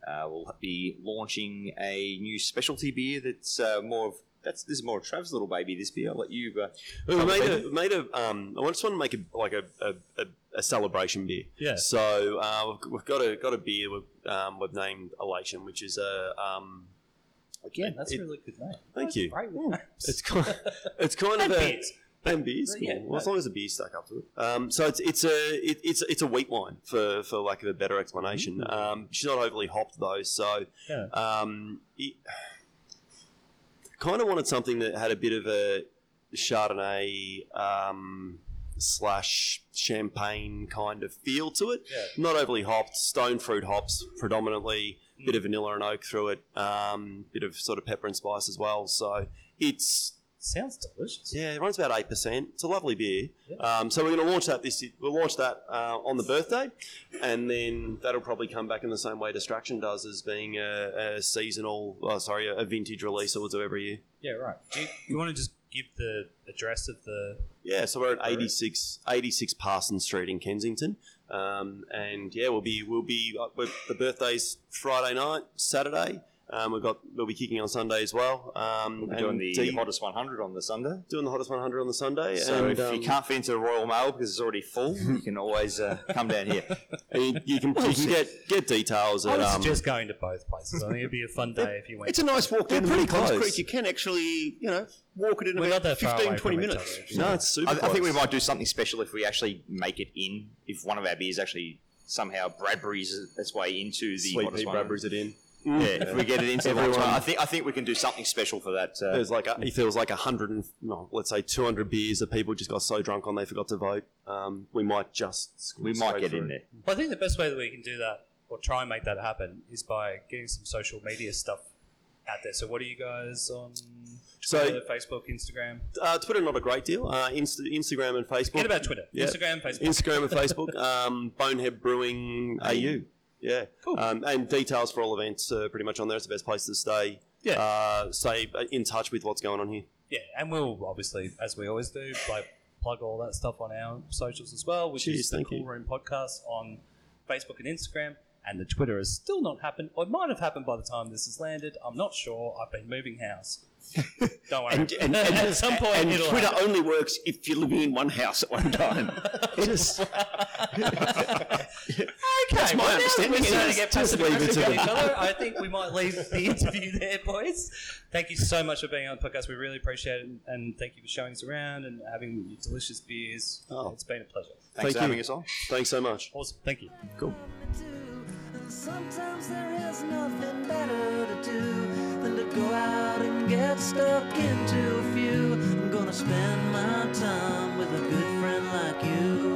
Uh, we'll be launching a new specialty beer that's uh, more of that's this is more of Trav's little baby. This beer, I'll let you. Uh,
We made a, we made a um, I just want to make a like a, a, a, a celebration beer.
Yeah.
So uh, we've- we've got a got a beer we've, um, we've named Elation, which is a um,
Again, that's
It-
a really good name.
thank you.
Great with names.
It's kind it's kind
And
of a
beers.
and beer's cool.
Yeah,
well, as long as the beer's stuck up to it. Um, so it's it's a it, it's it's a wheat wine for for lack of a better explanation. Um, she's not overly hopped though, so
Mm-hmm. Yeah.
um, it, kind of wanted something that had a bit of a Chardonnay um, slash champagne kind of feel to it.
Yeah.
Not overly hopped, stone fruit hops predominantly, bit of vanilla and oak through it, um, bit of sort of pepper and spice as well. So it's
Sounds delicious.
yeah, it runs about eight percent. It's a lovely beer.
Yeah.
Um, so we're going to launch that this. We'll launch that uh, on the birthday, and then that'll probably come back in the same way Distraction does, as being a, a seasonal. Oh, sorry, a, a vintage release that we'll do every year.
Yeah, right. Do you, you want to just give the address of the?
Yeah, so we're at 86, 86 Parsons Street in Kensington, um, and yeah, we'll be we'll be uh, we're- the birthday's Friday night, Saturday. Um, we've got we'll be kicking on Sunday as well. Um,
We'll be
and
doing the
D-
hottest 100 on the Sunday.
doing the hottest 100 on the Sunday.
So
and,
if
um,
you can't fit into the Royal Mail because it's already full, you can always uh, come down here.
and you, you can, you can get get details.
I
At,
would
um,
suggest going to both places. I think it'd be a fun day if you went.
It's a nice walk down
They're
to
pretty
Wilcox
close.
Creek. You can actually, you know, walk it in
We're not
about
that far
15,
away
20
from each
minutes.
other.
no, it's super.
I, I think we
close.
might do something special if we actually make it in. If one of our beers actually somehow Bradbury's its way into the
Sweet
hottest
Pea
100.
Bradbury's it in.
Yeah, if we get it into the
Everyone-
hottest 100, I think I think we can do something special for that. Uh,
There's like a, if there was like a hundred and no, let's say two hundred beers that people just got so drunk on they forgot to vote, um, we might just
we might get in there.
Well, I think the best way that we can do that or try and make that happen is by getting some social media stuff out there. So, what are you guys on?
So-
Twitter, Facebook, Instagram.
Uh, Twitter not a great deal. Uh, Inst- Instagram and Facebook.
Forget about Twitter.
Yeah.
Instagram, Facebook.
Instagram and Facebook. Um, Bonehead Brewing AU. Yeah. Cool. Um, and details for all events are pretty much on there. It's the best place to stay.
Yeah.
Uh, stay in touch with what's going on here.
yeah, and we'll obviously, as we always do, like plug all that stuff on our socials as well, which
Cheers,
is the
thank
Cool
you.
Room Podcast on Facebook and Instagram. And the Twitter has still not happened, or it might have happened by the time this has landed. I'm not sure. I've been moving house. Don't worry.
And, and, and,
at some point,
and
it'll
Twitter
happen.
only works if you're living in one house at one time.
Okay,
my
well, now
understanding.
We're starting to
Just-
get
just
passive
leave it
aggressive
to
with
them.
each other. I think we might leave the interview there, boys. Thank you so much for being on the podcast. We really appreciate it, and- and thank you for showing us around and having your delicious beers.
Oh.
It's been a pleasure.
Thanks
Thank
for
you.
having us on.
Thanks so much.
Awesome. Thank you.
And sometimes there is nothing better to do than to go out and get stuck into a few. I'm gonna spend my time with a good friend like you.